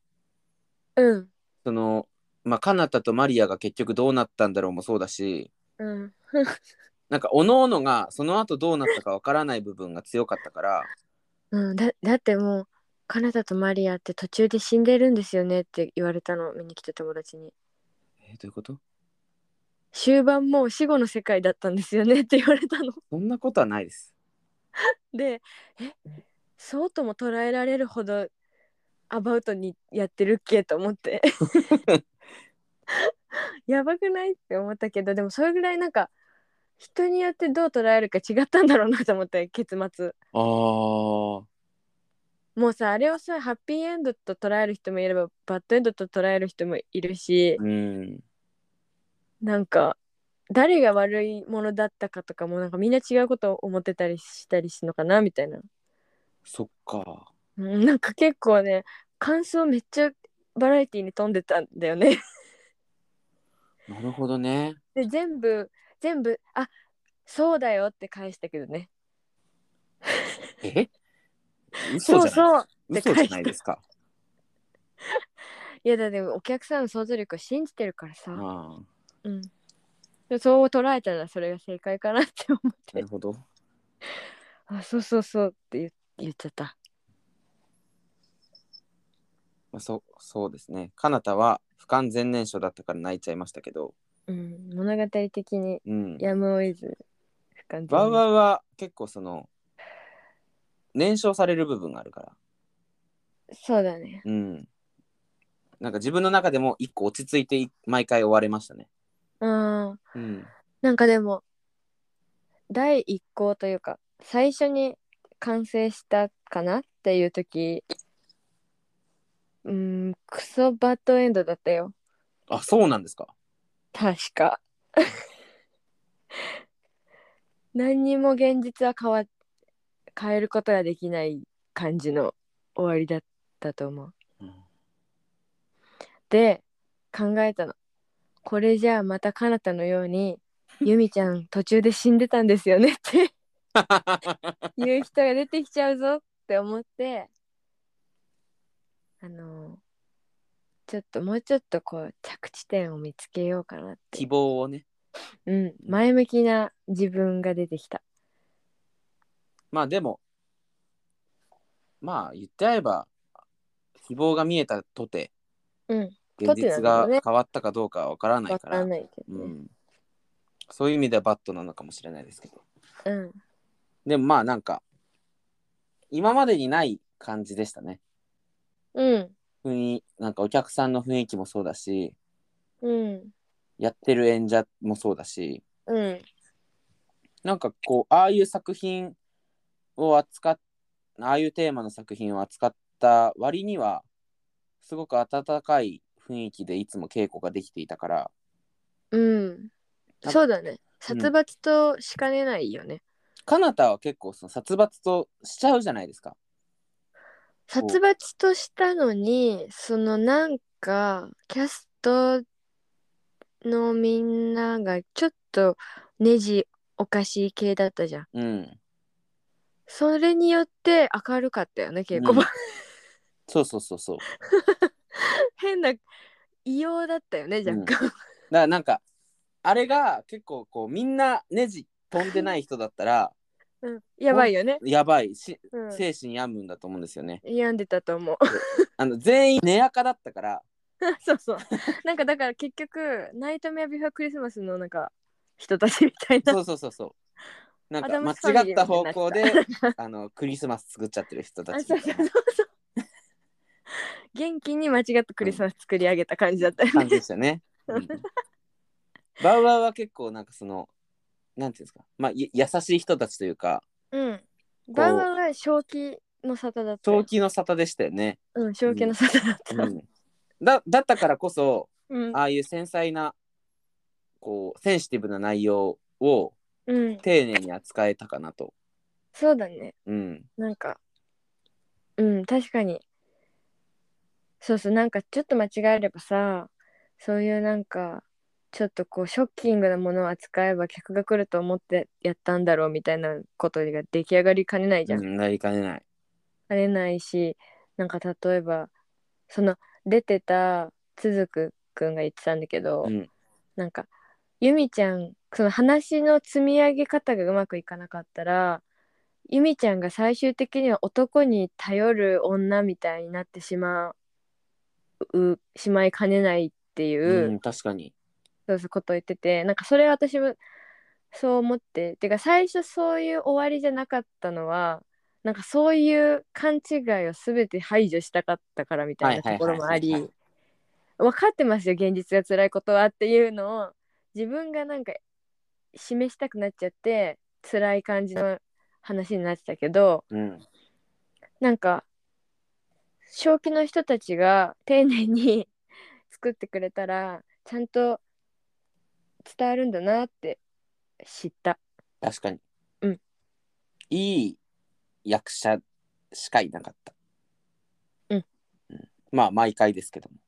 Speaker 1: うん
Speaker 2: その、まあ、かなたとマリアが結局どうなったんだろうもそうだし、
Speaker 1: うん
Speaker 2: なんか、おのおのがその後どうなったかわからない部分が強かったから、
Speaker 1: うん、だだってもうカナダとマリアって途中で死んでるんですよねって言われたの見に来た友達に
Speaker 2: えどういうこと
Speaker 1: 終盤もう死後の世界だったんですよねって言われたの
Speaker 2: そんなことはないです。
Speaker 1: でえそうとも捉えられるほどアバウトにやってるっけと思ってやばくないって思ったけどでもそれぐらいなんか人によってどう捉えるか違ったんだろうなと思って結末
Speaker 2: ああ。
Speaker 1: もうさあれをさハッピーエンドと捉える人もいればバッドエンドと捉える人もいるし
Speaker 2: うん。
Speaker 1: なんか誰が悪いものだったかとかもなんかみんな違うことを思ってたりしたりするのかなみたいな、
Speaker 2: そっか。
Speaker 1: うん、なんか結構ね感想めっちゃバラエティに飛んでたんだよね
Speaker 2: なるほどね。
Speaker 1: で全部全部あそうだよって返したけどね
Speaker 2: え嘘じゃない
Speaker 1: そうそう
Speaker 2: 嘘じゃないですか。
Speaker 1: いやだでもお客さんの想像力を信じてるからさ、
Speaker 2: ああ。
Speaker 1: うん、でそう捉えたらそれが正解かなって思っ
Speaker 2: な
Speaker 1: て
Speaker 2: るほど。
Speaker 1: あそうそうそうって言言っちゃった
Speaker 2: まあ、そう、そうですね。かなたは不完全燃焼だったから泣いちゃいましたけど。
Speaker 1: うん物語的に
Speaker 2: うん。
Speaker 1: やむを得ず不完全
Speaker 2: バウ
Speaker 1: に
Speaker 2: ワウは結構その燃焼される部分があるから、
Speaker 1: そうだね
Speaker 2: うん、なんか自分の中でも一個落ち着いてい毎回終われましたね。
Speaker 1: うん
Speaker 2: うん、
Speaker 1: なんかでも第一項というか最初に完成したかなっていう時うーんクソバッドエンドだったよ
Speaker 2: あそうなんですか。
Speaker 1: 確か 何にも現実は変わ変えることができない感じの終わりだったと思う
Speaker 2: うん、
Speaker 1: で考えたのこれじゃあまたかなたのように ゆみちゃん途中で死んでたんですよねって 言う人が出てきちゃうぞって思ってあのちょっともうちょっとこう着地点を見つけようかなって
Speaker 2: 希、望をね。
Speaker 1: うん、前向きな自分が出てきた
Speaker 2: まあでもまあ言ってあえば希望が見えたとて
Speaker 1: うん
Speaker 2: 現
Speaker 1: とて
Speaker 2: 実
Speaker 1: なんだ
Speaker 2: が
Speaker 1: よね
Speaker 2: 変わったかどうかはわからない
Speaker 1: わ
Speaker 2: か
Speaker 1: からんないけど
Speaker 2: う
Speaker 1: ね
Speaker 2: ん、そういう意味ではバットなのかもしれないですけど。
Speaker 1: うん
Speaker 2: でもまあなんか今までにない感じでしたね。
Speaker 1: うん
Speaker 2: 雰囲なんかお客さんの雰囲気もそうだし
Speaker 1: うん
Speaker 2: やってる演者もそうだし
Speaker 1: うん
Speaker 2: なんかこうああいう作品を扱っああいうテーマの作品を扱った割にはすごく温かい雰囲気でいつも稽古ができていたから
Speaker 1: うんそうだね殺伐としかねないよね、
Speaker 2: かなたは結構その殺伐としちゃうじゃないですか。
Speaker 1: 殺伐としたのにそのなんかキャストのみんながちょっとネジおかしい系だったじゃん
Speaker 2: うん、
Speaker 1: それによって明るかったよね稽古場、
Speaker 2: うんそうそうそうそう。
Speaker 1: 変な異様だったよね若干、
Speaker 2: だからなんかあれが結構こうみんなネジ飛んでない人だったら
Speaker 1: うんやばいよね、
Speaker 2: やばいし
Speaker 1: うん、
Speaker 2: 精神病むんだと思うんですよね。
Speaker 1: 病んでたと思う
Speaker 2: あの全員寝垢だったから
Speaker 1: そうそうなんかだから結局ナイトメアビフォークリスマスのなんか人たちみたいな
Speaker 2: そうそうそうそう。なん
Speaker 1: ア
Speaker 2: か
Speaker 1: ダムス
Speaker 2: 間違った
Speaker 1: ファミ
Speaker 2: 方
Speaker 1: リーみ
Speaker 2: 向
Speaker 1: た
Speaker 2: で
Speaker 1: いになっ
Speaker 2: あのクリスマス作っちゃってる人た
Speaker 1: あ
Speaker 2: ち
Speaker 1: そう
Speaker 2: み
Speaker 1: そ
Speaker 2: た
Speaker 1: う
Speaker 2: い
Speaker 1: そう
Speaker 2: な
Speaker 1: そう元気に間違ったクリスマス作り上げた感じだったよね、
Speaker 2: 感じでしたね。うんバウアーは結構なんかそのなんていうんですかまあゆ優しい人たちというか
Speaker 1: うん。バウアーは正気の沙汰だったよ。
Speaker 2: 長期の沙汰でしたよね。
Speaker 1: うん、正気の沙汰だった。
Speaker 2: うん、だだったからこそ
Speaker 1: うん。
Speaker 2: ああいう繊細なこうセンシティブな内容を
Speaker 1: うん。
Speaker 2: 丁寧に扱えたかなと。
Speaker 1: そうだね。
Speaker 2: うん、
Speaker 1: なんか、うん、確かに。そうそう、なんかちょっと間違えればさ、そういうなんか、ちょっとこう、ショッキングなものを扱えば客が来ると思ってやったんだろうみたいなことが出来上がりかねないじゃん。
Speaker 2: うんなりかねない。
Speaker 1: あれないしなんか例えばその出てたつづくくんが言ってたんだけど、
Speaker 2: うん
Speaker 1: なんかゆみちゃんその話の積み上げ方がうまくいかなかったらゆみちゃんが最終的には男に頼る女みたいになってしまうしまいかねないっていうう、
Speaker 2: ん、確かに。
Speaker 1: そうそうことを言っててなんかそれは私もそう思っててか最初そういう終わりじゃなかったのはなんかそういう勘違いを全て排除したかったからみたいな
Speaker 2: はい
Speaker 1: と
Speaker 2: は
Speaker 1: ころ
Speaker 2: いはい
Speaker 1: も
Speaker 2: は
Speaker 1: あ
Speaker 2: いはい
Speaker 1: り分かってますよ現実が辛いことはっていうのを自分がなんか示したくなっちゃって辛い感じの話になってたけど
Speaker 2: うん、
Speaker 1: なんか正気の人たちが丁寧に 作ってくれたらちゃんと伝わるんだなって知った
Speaker 2: 確かに。
Speaker 1: うん
Speaker 2: いい役者しかいなかった。
Speaker 1: うん
Speaker 2: うんまあ毎回ですけども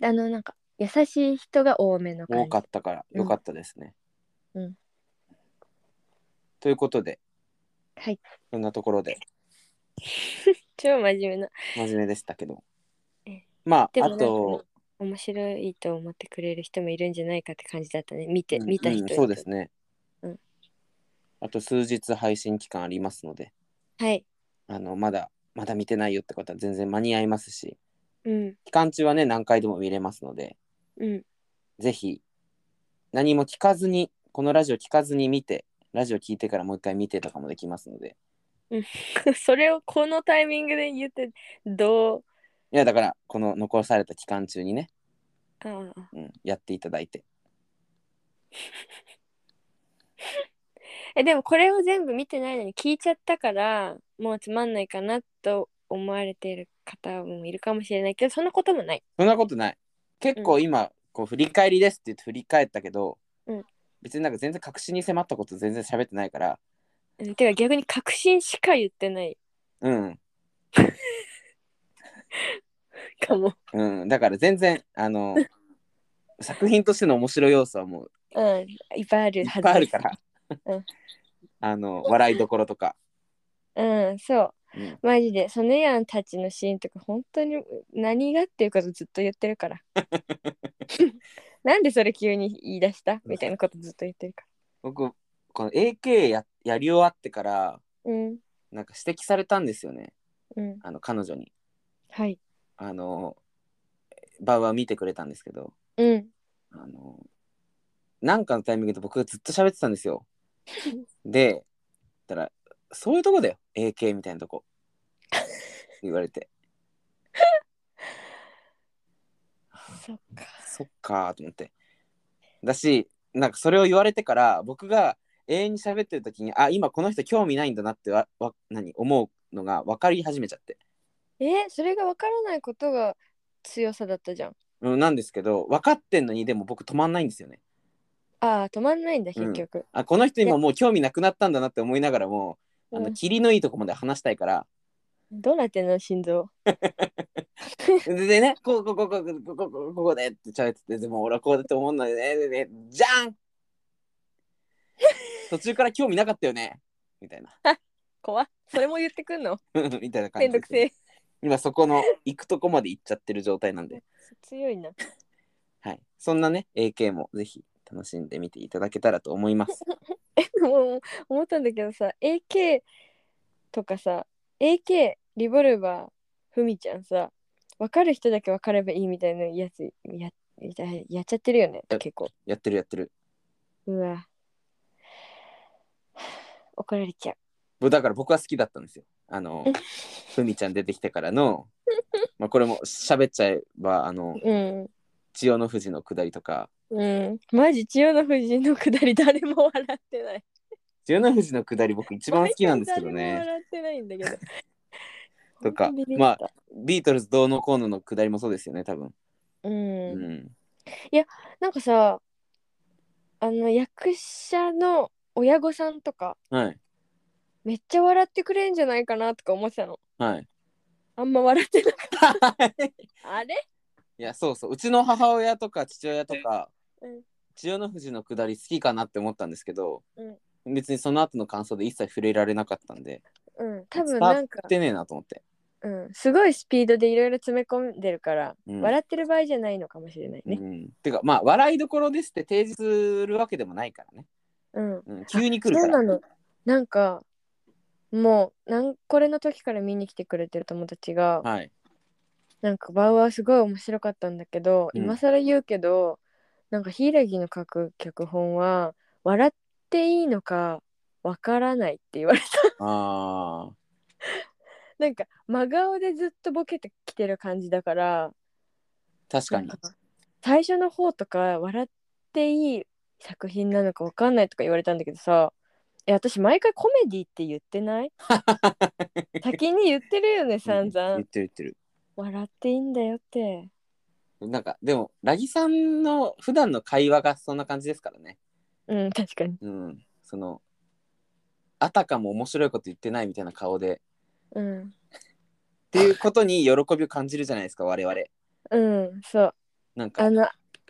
Speaker 1: あのなんか優しい人が多めの感
Speaker 2: 多
Speaker 1: じ
Speaker 2: かったから
Speaker 1: うん
Speaker 2: 良かったですね。
Speaker 1: うん
Speaker 2: ということで
Speaker 1: はい
Speaker 2: こんなところで
Speaker 1: 超真面目な
Speaker 2: 真面目でしたけど
Speaker 1: え
Speaker 2: ま
Speaker 1: で
Speaker 2: あ
Speaker 1: もな
Speaker 2: あ
Speaker 1: んか
Speaker 2: と
Speaker 1: 面白いと思ってくれる人もいるんじゃないかって感じだったね見て、
Speaker 2: うん
Speaker 1: 見た
Speaker 2: う
Speaker 1: 人
Speaker 2: んそうですね、
Speaker 1: うん
Speaker 2: あと数日配信期間ありますので
Speaker 1: はい
Speaker 2: あのまだまだ見てないよって方は全然間に合いますし
Speaker 1: うん
Speaker 2: 期間中はね何回でも見れますので
Speaker 1: うん
Speaker 2: ぜひ何も聞かずにこのラジオ聞かずに見てラジオ聞いてからもう一回見てとかもできますので
Speaker 1: それをこのタイミングで言ってどう
Speaker 2: いやだからこの残された期間中にね、
Speaker 1: ああ
Speaker 2: うん、やっていただいて
Speaker 1: えでもこれを全部見てないのに聞いちゃったからもうつまんないかなと思われている方もいるかもしれないけどそんなこともない
Speaker 2: そんなことない結構今、こう振り返りですって言って振り返ったけど、
Speaker 1: うん
Speaker 2: 別になんか全然確信に迫ったこと全然喋ってないから
Speaker 1: うんてか逆に確信しか言ってない
Speaker 2: うん
Speaker 1: かも
Speaker 2: うん、だから全然あの作品としての面白い要素はも
Speaker 1: うんいっぱいあ
Speaker 2: うい
Speaker 1: る
Speaker 2: っ
Speaker 1: はず
Speaker 2: ぱいあるから
Speaker 1: うん
Speaker 2: あの笑いどころとか、
Speaker 1: うんそう
Speaker 2: うん、
Speaker 1: マジでソネヤンたちのシーンとか本当に何がっていうことずっと言ってる からなんでそれ急に言い出したみたいなことずっと言ってるか
Speaker 2: 僕この AK ややり終わってから
Speaker 1: らうん
Speaker 2: なんか指摘されたんですよね
Speaker 1: うん
Speaker 2: あの彼女に
Speaker 1: はい
Speaker 2: あのバウアー見てくれたんですけど
Speaker 1: うん
Speaker 2: あのなんかのタイミングで僕がずっと喋ってたんで すよでだからそういうとこだよ AK みたいな とこ言われて
Speaker 1: そっか
Speaker 2: そっかーと思って。だし、なんかそれを言われてから、僕が永遠に喋ってる時に、あ、今この人興味ないんだなってわわ何思うのが分かり始めちゃって。
Speaker 1: えーそれが分からないことが強さだったじゃん
Speaker 2: うん、なんですけど、分かってんのに、でも僕止まんないんですよね。
Speaker 1: ああ止まんないんだ
Speaker 2: う
Speaker 1: 結
Speaker 2: ん
Speaker 1: 局、
Speaker 2: あ、この人今もう興味なくなったんだなって思いながらも、あ
Speaker 1: う
Speaker 2: の、
Speaker 1: ん
Speaker 2: 霧のいいとこまで話したいから。
Speaker 1: どうなってんの心臓
Speaker 2: ででね、こう、こう、こう、こう、こう、こうこう、こうこうでって喋ってて、でも俺はこうだって思うんだよね。ででじゃん途中から興味なかったよね。みたいな
Speaker 1: 怖っそれも言ってくんの
Speaker 2: みたいな感
Speaker 1: め
Speaker 2: じ
Speaker 1: んど
Speaker 2: で
Speaker 1: くせえ
Speaker 2: 今そこの行くとこまで行っちゃってる状態なんで、
Speaker 1: 強いな
Speaker 2: はい、そんなね AK もぜひ楽しんでみていただけたらと思います。
Speaker 1: もう思ったんだけどさ AK とかさ AK リボルバーふみちゃんさ分かる人だけ分かればいいみたいなやつやややっちゃってるよね
Speaker 2: え
Speaker 1: 結構
Speaker 2: やってるやってる。
Speaker 1: うわ 怒られちゃう
Speaker 2: ぼだから僕は好きだったんですよ。あ のふみちゃん出てきてからのまあこれも喋っちゃえばあの
Speaker 1: うん
Speaker 2: 千代の富士の下りとか
Speaker 1: うんマジ千代の富士のくだり誰も笑ってない
Speaker 2: 千代の富士の下り僕一番好きなんですけど
Speaker 1: 誰も
Speaker 2: ね。
Speaker 1: 笑ってないんだけど
Speaker 2: とか
Speaker 1: 本当ビビった
Speaker 2: まビートルズどうのこうのの下りもそうですよね多分。
Speaker 1: う
Speaker 2: う
Speaker 1: ん
Speaker 2: ん。
Speaker 1: なんかさあの役者の親御さんとか
Speaker 2: はい
Speaker 1: めっちゃ笑ってくれんじゃないかなとか思ってたの
Speaker 2: はい。
Speaker 1: あんま笑ってなかったあれ
Speaker 2: いやそうそううちの母親とか父親とか、
Speaker 1: うん
Speaker 2: 千代の富士の下り好きかなって思ったんですけど、
Speaker 1: うん
Speaker 2: 別にその後の感想で一切触れられなかったんで
Speaker 1: うん多分なんか
Speaker 2: 伝わっ、てねえなと思って、
Speaker 1: うん、すごいスピードでいろいろ詰め込んでるから、
Speaker 2: うん
Speaker 1: 笑ってる場合じゃないのかもしれないね
Speaker 2: うん、てかまあ笑いどころですって提示するわけでもないからね、
Speaker 1: うん、
Speaker 2: うん、急に来る
Speaker 1: そ
Speaker 2: か
Speaker 1: うな
Speaker 2: ら
Speaker 1: のなんかもうなんこれの時から見に来てくれてる友達が
Speaker 2: はい
Speaker 1: なんかバウアーすごい面白かったんだけど、
Speaker 2: うん
Speaker 1: 今更言うけどなんか柊の書く脚本は笑っていいのかわからないって言われた
Speaker 2: あー
Speaker 1: なんか真顔でずっとボケてきてる感じだから
Speaker 2: 確かに
Speaker 1: なんか最初の方とか笑っていい作品なのかわかんないとか言われたんだけどさえ私毎回コメディって言ってない 先に言ってるよね散々、
Speaker 2: 言ってる言ってる
Speaker 1: 笑っていいんだよって
Speaker 2: なんかでもラギさんの普段の会話がそんな感じですからね
Speaker 1: うん確かに
Speaker 2: うんそのあたかも面白いこと言ってないみたいな顔で
Speaker 1: うん
Speaker 2: っていうことに喜びを感じるじゃないですか我々
Speaker 1: うんそう
Speaker 2: なんか
Speaker 1: あの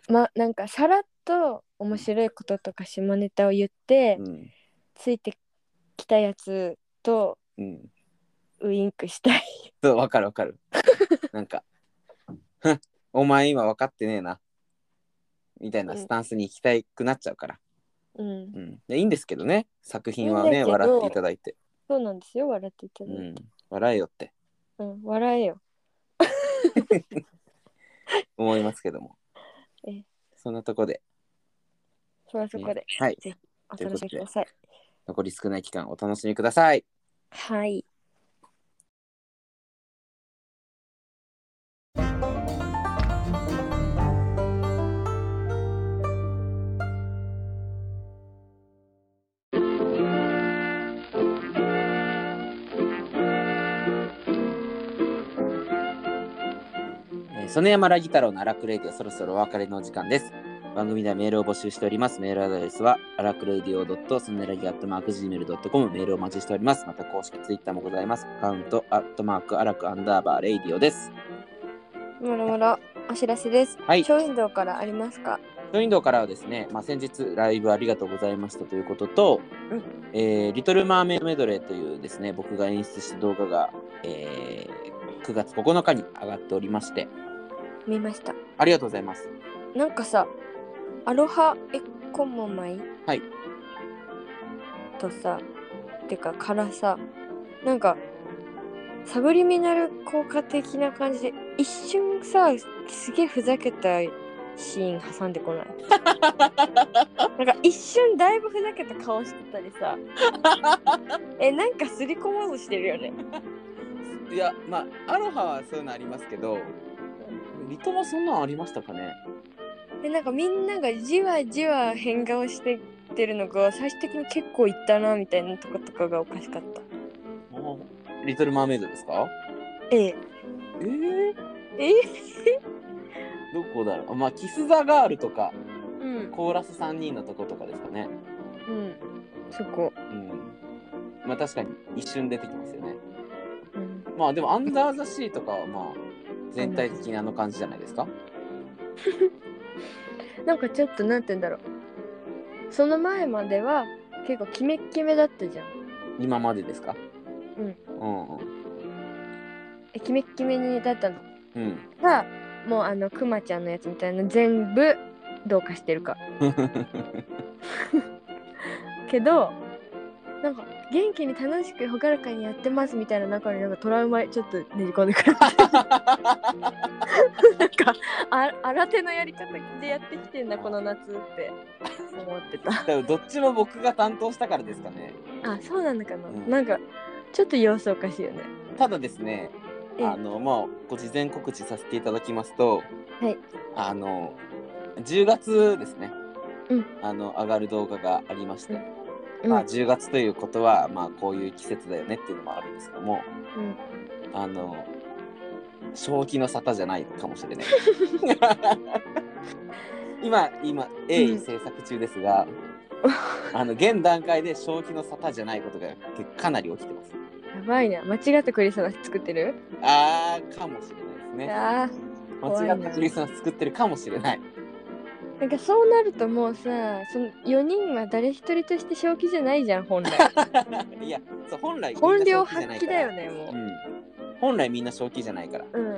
Speaker 1: まなんかさらっと面白いこととか下ネタを言って、
Speaker 2: うん
Speaker 1: ついてきたやつと
Speaker 2: うん
Speaker 1: ウインクしたい
Speaker 2: そうわかる わかるなんかふん「お前今分かってねえな」みたいなスタンスに行きたくなっちゃうから、
Speaker 1: うん
Speaker 2: うんでいいんですけどね作品はい
Speaker 1: い
Speaker 2: ね
Speaker 1: んだけど
Speaker 2: 笑っていただいて、
Speaker 1: そうなんですよ笑っていた
Speaker 2: う
Speaker 1: だいて、
Speaker 2: ん、笑え よって
Speaker 1: うん笑えよ
Speaker 2: 思いますけども
Speaker 1: え
Speaker 2: そんなとこで
Speaker 1: そらそこで
Speaker 2: はい
Speaker 1: お
Speaker 2: という
Speaker 1: 楽
Speaker 2: こ
Speaker 1: し
Speaker 2: と
Speaker 1: み
Speaker 2: で
Speaker 1: ください
Speaker 2: 残り少ない期間お楽しみください
Speaker 1: はい
Speaker 2: えー曽根山ラギ太郎のアラクレイディオそろそろお別れのお時間です。番組ではメールを募集しております。メールアドレスは、アラクレイディオソネラギアットマーク Gmail.com メールをお待ちしております。また公式ツイッターもございます。アカウント、アットマーク、アラクアンダーバーレイディオです。
Speaker 1: もろもろお知らせです
Speaker 2: はい。
Speaker 1: 超運動からありますか
Speaker 2: ドインドからはですね、まあ、先日ライブありがとうございましたということと、
Speaker 1: うん
Speaker 2: えーリトル・マーメイドメドレーというですね、僕が演出した動画が、えー9月9日に上がっておりまして、
Speaker 1: 見ました
Speaker 2: ありがとうございます。
Speaker 1: なんかさアロハエコモマイ
Speaker 2: はい
Speaker 1: とさてかからさなんかサブリミナル効果的な感じで一瞬さすげえふざけたシーン挟んでこ ないなんか一瞬だいぶふざけた顔してたりさえなんかすり込もうとしてるよね
Speaker 2: いやまあアロハはそういうのありますけどリトもそんなんありましたかね
Speaker 1: えなんかみんながじわじわ変顔してってるのが最終的に結構いったなみたいなとことかがおかしかった
Speaker 2: リトル・マーメイドですか
Speaker 1: ええ
Speaker 2: えー、
Speaker 1: ええ
Speaker 2: どこだろうあまあキス・ザ・ガールとか
Speaker 1: うん
Speaker 2: コーラス3人のとことかですかね
Speaker 1: うんそこ、
Speaker 2: うんまあ確かに一瞬出てきますよね
Speaker 1: うん、
Speaker 2: まあでもアンダー・ザ・シーとかはまあ全体的にあの感じじゃないですか
Speaker 1: なんかちょっとなんて言うんだろうその前までは結構キメッキメだったじゃん
Speaker 2: 今までですか
Speaker 1: うん
Speaker 2: うんうん
Speaker 1: えキメッキメにだったの
Speaker 2: うん
Speaker 1: がもうあのクマちゃんのやつみたいな全部どうかしてるかけどなんか元気に楽しく朗らかにやってますみたいな中になんかトラウマちょっとねじ込んで くるなんかあ新手のやり方でやってきてんだこの夏って思ってた
Speaker 2: でもどっちも僕が担当したからですかね
Speaker 1: あそうなのかな、
Speaker 2: うん
Speaker 1: なんかちょっと様子おかしいよね
Speaker 2: ただですね
Speaker 1: ええ
Speaker 2: あのまあご事前告知させていただきますと、
Speaker 1: はい
Speaker 2: あの10月ですね、
Speaker 1: うん
Speaker 2: あの上がる動画がありまして、
Speaker 1: うん
Speaker 2: まあ、10月ということは、まあ、こういう季節だよねっていうのもあるんですけども、
Speaker 1: うん
Speaker 2: あの正気の沙汰じゃないかもし れない今今鋭意制作中ですが、あの現段階で正気の沙汰じゃないことがけかなり起きてます
Speaker 1: やばいな間違ったクリスマス作ってる
Speaker 2: あーかもしれないですね
Speaker 1: あ怖い
Speaker 2: 間
Speaker 1: な
Speaker 2: 違ったクリスマス作ってるかもしれない。
Speaker 1: ーなんかそうなるともうさその4人は誰一人として正気じゃないじゃん 本来
Speaker 2: いや、そう本来みんな
Speaker 1: 本領
Speaker 2: 正気じゃない
Speaker 1: 発揮だよね
Speaker 2: から
Speaker 1: もう
Speaker 2: うん。本来みんな正気じゃないから。
Speaker 1: うん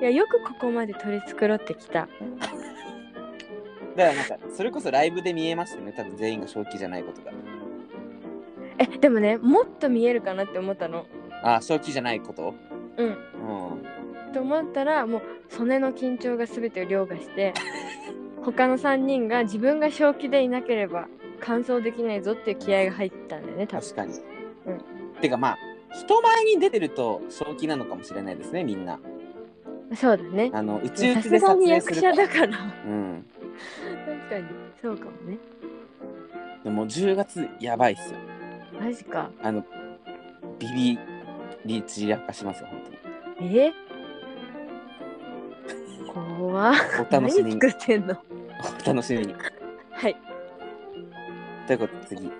Speaker 1: いやよくここまで取り繕ってきた
Speaker 2: だからなんかそれこそライブで見えましたね。多分全員が正気じゃないことが。
Speaker 1: えでもねもっと見えるかなって思ったの
Speaker 2: あー、正気じゃないこと。
Speaker 1: うん
Speaker 2: うん。
Speaker 1: と思ったらもう曽根の緊張が全てを凌駕して 他の3人が自分が正気でいなければ完走できないぞっていう気合が入ったんだよね多分
Speaker 2: 確かに。
Speaker 1: う
Speaker 2: てかまあ人前に出てると正気なのかもしれないですね。みんな。
Speaker 1: そうだね
Speaker 2: あの宇宙
Speaker 1: さ
Speaker 2: 々
Speaker 1: す
Speaker 2: で
Speaker 1: が
Speaker 2: 撮
Speaker 1: に
Speaker 2: 影
Speaker 1: 役
Speaker 2: す
Speaker 1: 者
Speaker 2: る。
Speaker 1: だから
Speaker 2: うん。
Speaker 1: 確かにそうかもね
Speaker 2: でも10月やばいっすよ。
Speaker 1: マジか
Speaker 2: あのビビリチラ化しますよ本当に。
Speaker 1: え怖っ
Speaker 2: お楽
Speaker 1: 何
Speaker 2: しみに
Speaker 1: 作。ってんの
Speaker 2: お楽しみに。
Speaker 1: はい
Speaker 2: ということで次。
Speaker 1: とで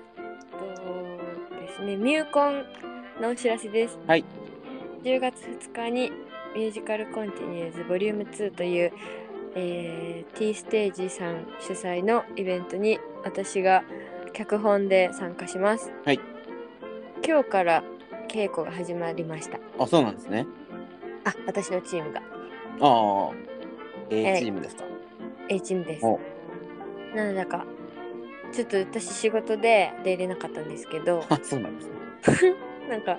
Speaker 1: すね、ミューコンのお知らせです。
Speaker 2: はい。
Speaker 1: 10月2日にミュージカルコンティニューズボリューム2という、えー、T ステージさん主催のイベントに私が脚本で参加します。
Speaker 2: はい。
Speaker 1: 今日から稽古が始まりました。
Speaker 2: あ、そうなんですね。
Speaker 1: あ、私のチームが
Speaker 2: ああ。
Speaker 1: は
Speaker 2: A
Speaker 1: い
Speaker 2: チームですか。
Speaker 1: A チームです
Speaker 2: お。
Speaker 1: なんだかちょっと私仕事で出れなかったんですけど。
Speaker 2: あ、そうなんですね。
Speaker 1: なんか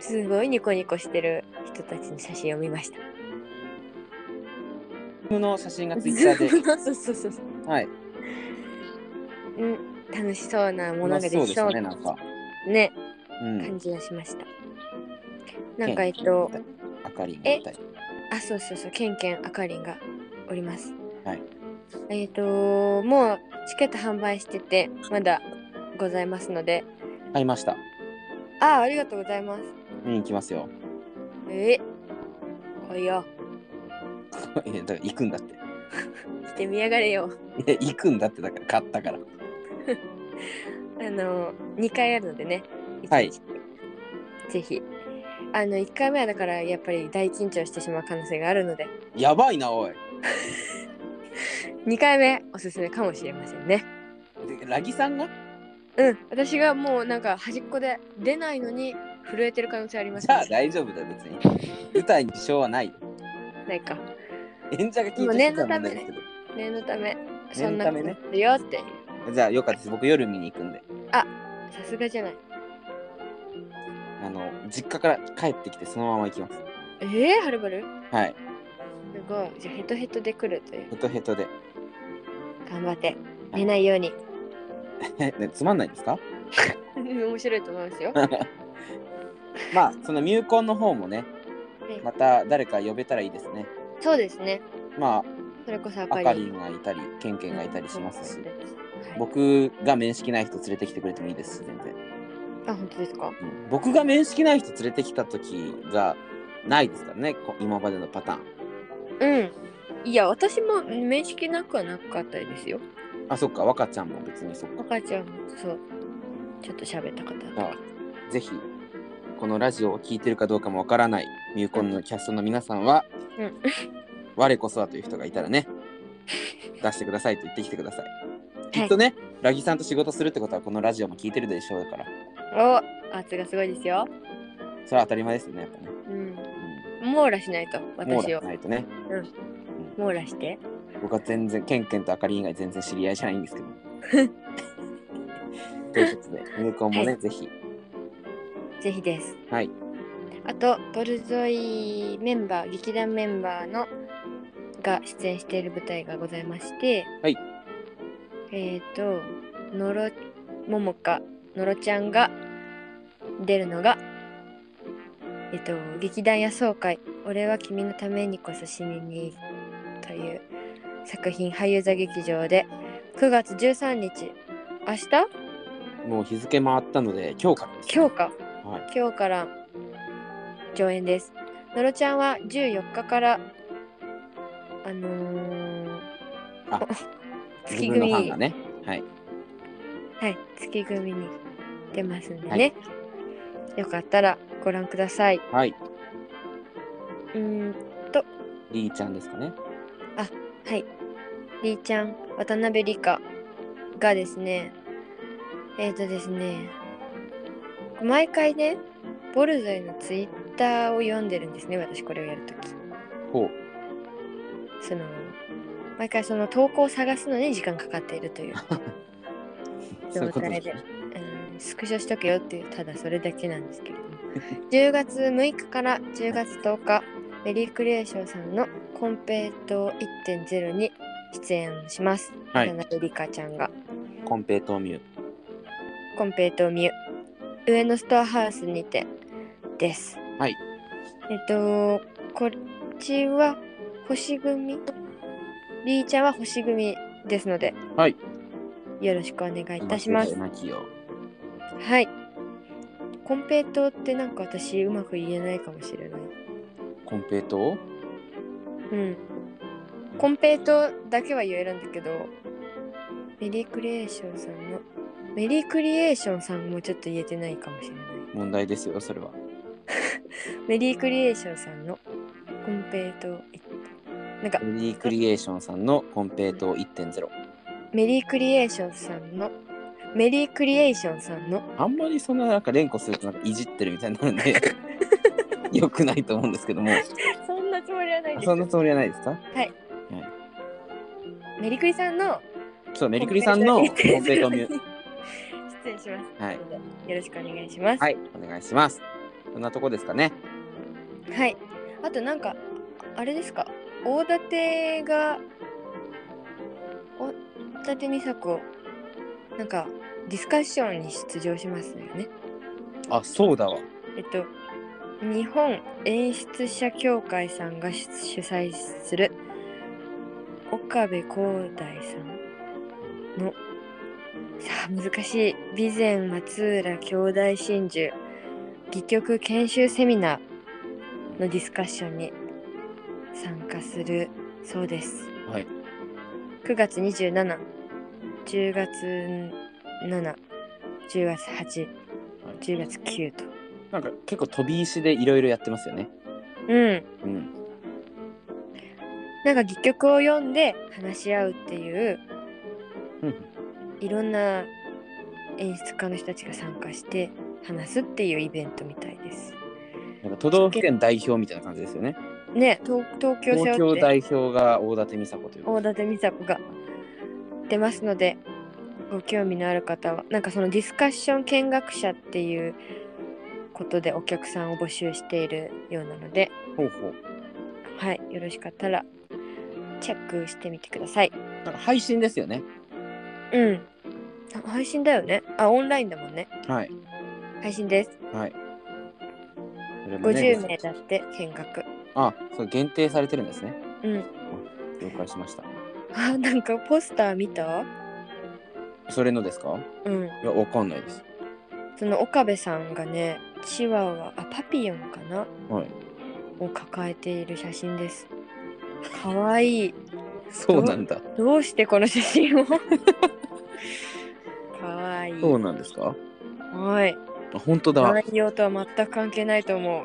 Speaker 1: すごいニコニコしてる人たちの写真を見ました。
Speaker 2: 自分の写真がツイ ッター
Speaker 1: そうそうそうそ
Speaker 2: で。はい。
Speaker 1: う。うん、楽しそうなものがで
Speaker 2: 楽しそう
Speaker 1: きそ
Speaker 2: でした
Speaker 1: う
Speaker 2: ね、なんか。
Speaker 1: ね
Speaker 2: うん。
Speaker 1: 感じがしました。なんかえっと、
Speaker 2: あかりんがいたい。
Speaker 1: あそうそうそうケンケンあかりんがおります。
Speaker 2: はい。
Speaker 1: えっともうチケット販売しててまだございますので、
Speaker 2: 買いました。
Speaker 1: あありがとうございます。
Speaker 2: 見に行きますよ。
Speaker 1: えおいよ
Speaker 2: いやだから行くんだって。
Speaker 1: してみやがれよ。
Speaker 2: いや行くんだってだから買ったから。
Speaker 1: あの2回あるのでね。
Speaker 2: はい
Speaker 1: 一日ぜひ。あの1回目はだからやっぱり大緊張してしまう可能性があるので
Speaker 2: やばいなおい。
Speaker 1: 2回目おすすめかもしれませんね。
Speaker 2: でラギさんが？
Speaker 1: うん私がもうなんか端っこで出ないのに震えてる可能性あります、
Speaker 2: じゃあ大丈夫だよ別に。舞台に支障はない。
Speaker 1: ないか
Speaker 2: 演者が緊張してたら問題ですけ
Speaker 1: 念のためそ
Speaker 2: 念
Speaker 1: んな
Speaker 2: のた
Speaker 1: こ
Speaker 2: め
Speaker 1: と
Speaker 2: ね
Speaker 1: あるよっていう
Speaker 2: ど。じゃあよかったです。僕夜見に行くんで。
Speaker 1: さすがじゃない
Speaker 2: あの実家から帰ってきてそのまま行きます。
Speaker 1: えー、はるばる
Speaker 2: はい。
Speaker 1: すごいじゃあヘトヘトで来るという
Speaker 2: ヘトヘトで。
Speaker 1: 頑張って寝ないように
Speaker 2: え、 ね、つまんないですか
Speaker 1: 面白いと思いますよ
Speaker 2: まあそのミューコンの方もねまた誰か呼べたらいいですね
Speaker 1: そうですね
Speaker 2: ま
Speaker 1: それこそあ
Speaker 2: あ
Speaker 1: か
Speaker 2: あ
Speaker 1: り
Speaker 2: かりんがいたりケンケンがいたりしますし
Speaker 1: はい
Speaker 2: 僕が面識ない人連れてきてくれてもいいですし全然、
Speaker 1: あ、本当ですか。
Speaker 2: うん僕が面識ない人連れてきた時がないですからねこ今までのパターン
Speaker 1: うん。いや、私も面識なくはなかったですよ。
Speaker 2: あそっか若ちゃんも別にそっか
Speaker 1: 赤ちゃんもそう。ちょっと喋った方
Speaker 2: じゃ
Speaker 1: が。
Speaker 2: あぜひこのラジオを聞いてるかどうかもわからないミューコンのキャストの皆さんは、
Speaker 1: うん
Speaker 2: 我こそはという人がいたらね出してくださいと言ってきてください
Speaker 1: は
Speaker 2: きっ
Speaker 1: い
Speaker 2: とね、ラギさんと仕事するってことはこのラジオも聞いてるでしょうから
Speaker 1: お圧がすごいですよ。
Speaker 2: それは当たり前ですよねやっぱね、
Speaker 1: うん。網羅しないと、
Speaker 2: うん、網
Speaker 1: 私
Speaker 2: 羅
Speaker 1: を
Speaker 2: し。ないとね
Speaker 1: 網羅して。
Speaker 2: 僕は全然ケンケンとあかり以外全然知り合いじゃないんです けどということでミルコンもね、
Speaker 1: は
Speaker 2: ぜひ
Speaker 1: ぜひです。
Speaker 2: はい
Speaker 1: あと、ボルゾイメンバー、劇団メンバーのが出演している舞台がございまして、
Speaker 2: はい
Speaker 1: えっ、と、のろももか、のろちゃんが出るのが、えっ、と、劇団野草会、俺は君のためにこそ死ににという作品、俳優座劇場で、9月13日、明日
Speaker 2: もう日付回ったので今日からです、ね、
Speaker 1: 今日か。
Speaker 2: はい
Speaker 1: 今日から上演です。のろちゃんは14日から、あのー
Speaker 2: あ
Speaker 1: 月
Speaker 2: 自分の
Speaker 1: 組
Speaker 2: ファン
Speaker 1: に、
Speaker 2: がねはい
Speaker 1: はい、月組に出ますんでね、
Speaker 2: はい
Speaker 1: よかったらご覧ください。
Speaker 2: はいう
Speaker 1: ーん、
Speaker 2: りーちゃんですかね
Speaker 1: はい。りーちゃん、渡辺理香がですね、えっ、ー、とですね、毎回ね、ボルゾイのツイッターを読んでるんですね、私これをやるとき。
Speaker 2: ほう
Speaker 1: その毎回その投稿を探すのに時間かかっている という、
Speaker 2: そういうこと
Speaker 1: 状態
Speaker 2: で
Speaker 1: でうんスクショしとけよっていうただそれだけなんですけれども10月6日から10月10日メリークリエーションさんの「コンペイト1.0」に出演します、
Speaker 2: はい
Speaker 1: 渡辺理香ちゃんが
Speaker 2: コンペイトーミュー
Speaker 1: コンペイトミュ上野ストアハウスにてです
Speaker 2: はい
Speaker 1: えっとこっちは星組りーちゃんは星組ですので
Speaker 2: はい
Speaker 1: よろしくお願いいたします
Speaker 2: 今世代なきよ
Speaker 1: はいコンペイトってなんか私うまく言えないかもしれない
Speaker 2: コンペイトー
Speaker 1: うんコンペイトだけは言えるんだけどメリークリエーションさんのメリークリエーションさんもちょっと言えてないかもしれない
Speaker 2: 問題ですよそれは
Speaker 1: メリークリエーションさんのコンペイトーなんか
Speaker 2: メリークリエーションさんのコンペイトー1.0
Speaker 1: メリークリエーションさんのメリークリエーションさんの
Speaker 2: あんまりそんななんか連呼するとなんかいじってるみたいになるんで よくないと思うんですけど も
Speaker 1: そんなつもりはないです
Speaker 2: そんなつもりはないですか
Speaker 1: メリクリさんの
Speaker 2: そうメリクリさんのコンペイトーミュー
Speaker 1: 失礼します
Speaker 2: はい
Speaker 1: よろしくお願いします
Speaker 2: はいお願いしますそんなとこですかね
Speaker 1: はいあとなんかあれですか大館が大館美佐子なんかディスカッションに出場しますよね
Speaker 2: あそうだわ
Speaker 1: えっと、日本演出者協会さんが主主催する岡部光大さんのさあ難しい備前松浦兄弟真珠戯曲研修セミナーのディスカッションに参加するそうです
Speaker 2: はい
Speaker 1: 9月2710月710月810月9と
Speaker 2: なんか結構飛び石でいろいろやってますよね
Speaker 1: うん
Speaker 2: うん
Speaker 1: なんか戯曲を読んで話し合うっていう
Speaker 2: うん
Speaker 1: いろんな演出家の人たちが参加して話すっていうイベントみたいです。
Speaker 2: なんか都道府県代表みたいな感じですよね
Speaker 1: ね東東京
Speaker 2: 東
Speaker 1: 背負
Speaker 2: 京
Speaker 1: って
Speaker 2: 代表が大館美佐子というこ
Speaker 1: 大
Speaker 2: とで
Speaker 1: 館美佐子が出ますのでご興味のある方はなんかそのディスカッション見学者っていうことでお客さんを募集しているようなので、
Speaker 2: ほうほう
Speaker 1: はい、よろしかったらチェックしてみてください。
Speaker 2: なんか配信ですよね
Speaker 1: うんあ配信だよねあオンラインだもんね
Speaker 2: はい
Speaker 1: 配信です。
Speaker 2: はいそれもね
Speaker 1: 50名だって見学
Speaker 2: あそう限定されてるんですね
Speaker 1: うん
Speaker 2: 了解しました
Speaker 1: あなんかポスター見た
Speaker 2: それのですか
Speaker 1: うん
Speaker 2: いやわかんないです
Speaker 1: その岡部さんがねチワワあパピヨンかな
Speaker 2: はい
Speaker 1: を抱えている写真ですかわいい
Speaker 2: そうなんだ
Speaker 1: どうしてこの写真を かわいい
Speaker 2: そうなんですか
Speaker 1: はい
Speaker 2: あ本当だ
Speaker 1: 内容とは全く関係ないと思う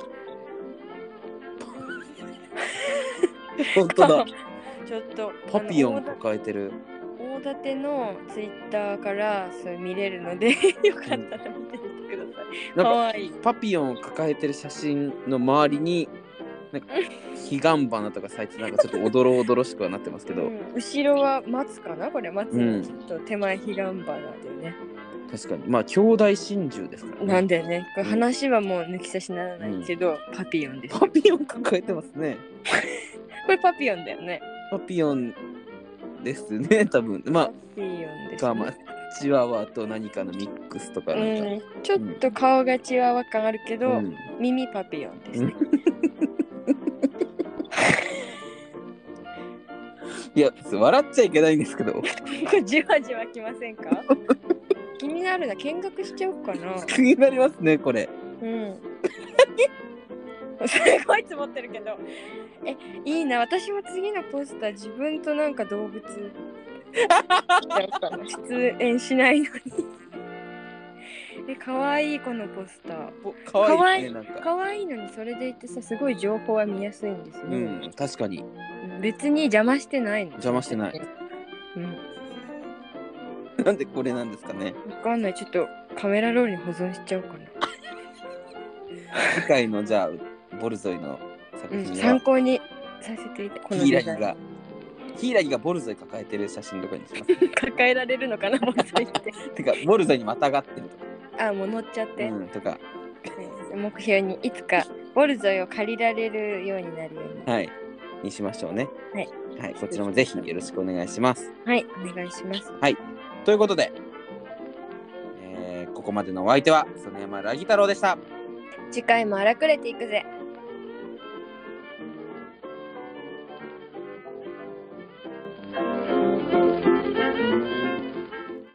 Speaker 2: 本当 だ
Speaker 1: ちょっと
Speaker 2: パピヨン
Speaker 1: あの
Speaker 2: 抱えてる
Speaker 1: 大館のツイッターからそれ見れるのでよかったら見てみてください
Speaker 2: な
Speaker 1: か
Speaker 2: んか
Speaker 1: わいい。
Speaker 2: パピヨンを抱えてる写真の周りになんか彼岸花とか咲いてなんかちょっとおどろおどろしくはなってますけ
Speaker 1: う
Speaker 2: ど
Speaker 1: ん後ろは松かなこれ松
Speaker 2: うん
Speaker 1: と手前彼岸花だよね。
Speaker 2: 確かにまあ兄弟真珠ですから
Speaker 1: なん
Speaker 2: ね
Speaker 1: だよね。これ
Speaker 2: うん
Speaker 1: 話はもう抜き差しならないけど、パピヨンです。
Speaker 2: パピヨン抱えてますね
Speaker 1: これパピヨンだよね。
Speaker 2: パピヨンですね 多分ま
Speaker 1: パピヨンで
Speaker 2: あ
Speaker 1: す、
Speaker 2: か
Speaker 1: ね
Speaker 2: まあチワワと何かのミックスとかなんか、
Speaker 1: うん。ちょっと顔がチワワ感あるけど、
Speaker 2: うん
Speaker 1: 耳パピヨンですね。
Speaker 2: いや笑っちゃいけないんですけど
Speaker 1: これじわじわきませんか 気になるな。見学しちゃおうかな。
Speaker 2: 気になりますねこれ
Speaker 1: うん。 すごい積もってるけど。え、いいな。私も次のポスター、自分となんか 動物。出演しないのに。 え、かわいい、このポスター。
Speaker 2: お可愛いですねなんか
Speaker 1: かわいいのに、それでいてさ、すごい情報は見やすいんです
Speaker 2: う
Speaker 1: ね。
Speaker 2: ん確かに
Speaker 1: 別に邪魔してないの。
Speaker 2: 邪魔してない。
Speaker 1: うん。
Speaker 2: なんでこれなんですかね
Speaker 1: わかんない。ちょっとカメラロールに保存しちゃおうかな。
Speaker 2: 次回のじゃあボルゾイの作
Speaker 1: うん、
Speaker 2: 品
Speaker 1: 参
Speaker 2: は
Speaker 1: 考にさせていたこ
Speaker 2: ヒイラ
Speaker 1: デ
Speaker 2: ギ
Speaker 1: ザイン
Speaker 2: がヒイラギがボルゾイ抱えてる写真とかにします
Speaker 1: 抱えられるのかなもうそれって
Speaker 2: てかボルゾイにまたがってるとか、
Speaker 1: あもう乗っちゃって、
Speaker 2: うん、とか
Speaker 1: 目標にいつかボルゾイを借りられるようになるように
Speaker 2: はいにしましょうね
Speaker 1: はい、
Speaker 2: はい、こちらもぜひよろしくお願いします
Speaker 1: はいお願いします
Speaker 2: ということで、えーここまでのお相手は園山ラギ太郎でした
Speaker 1: 次回も荒くれていくぜ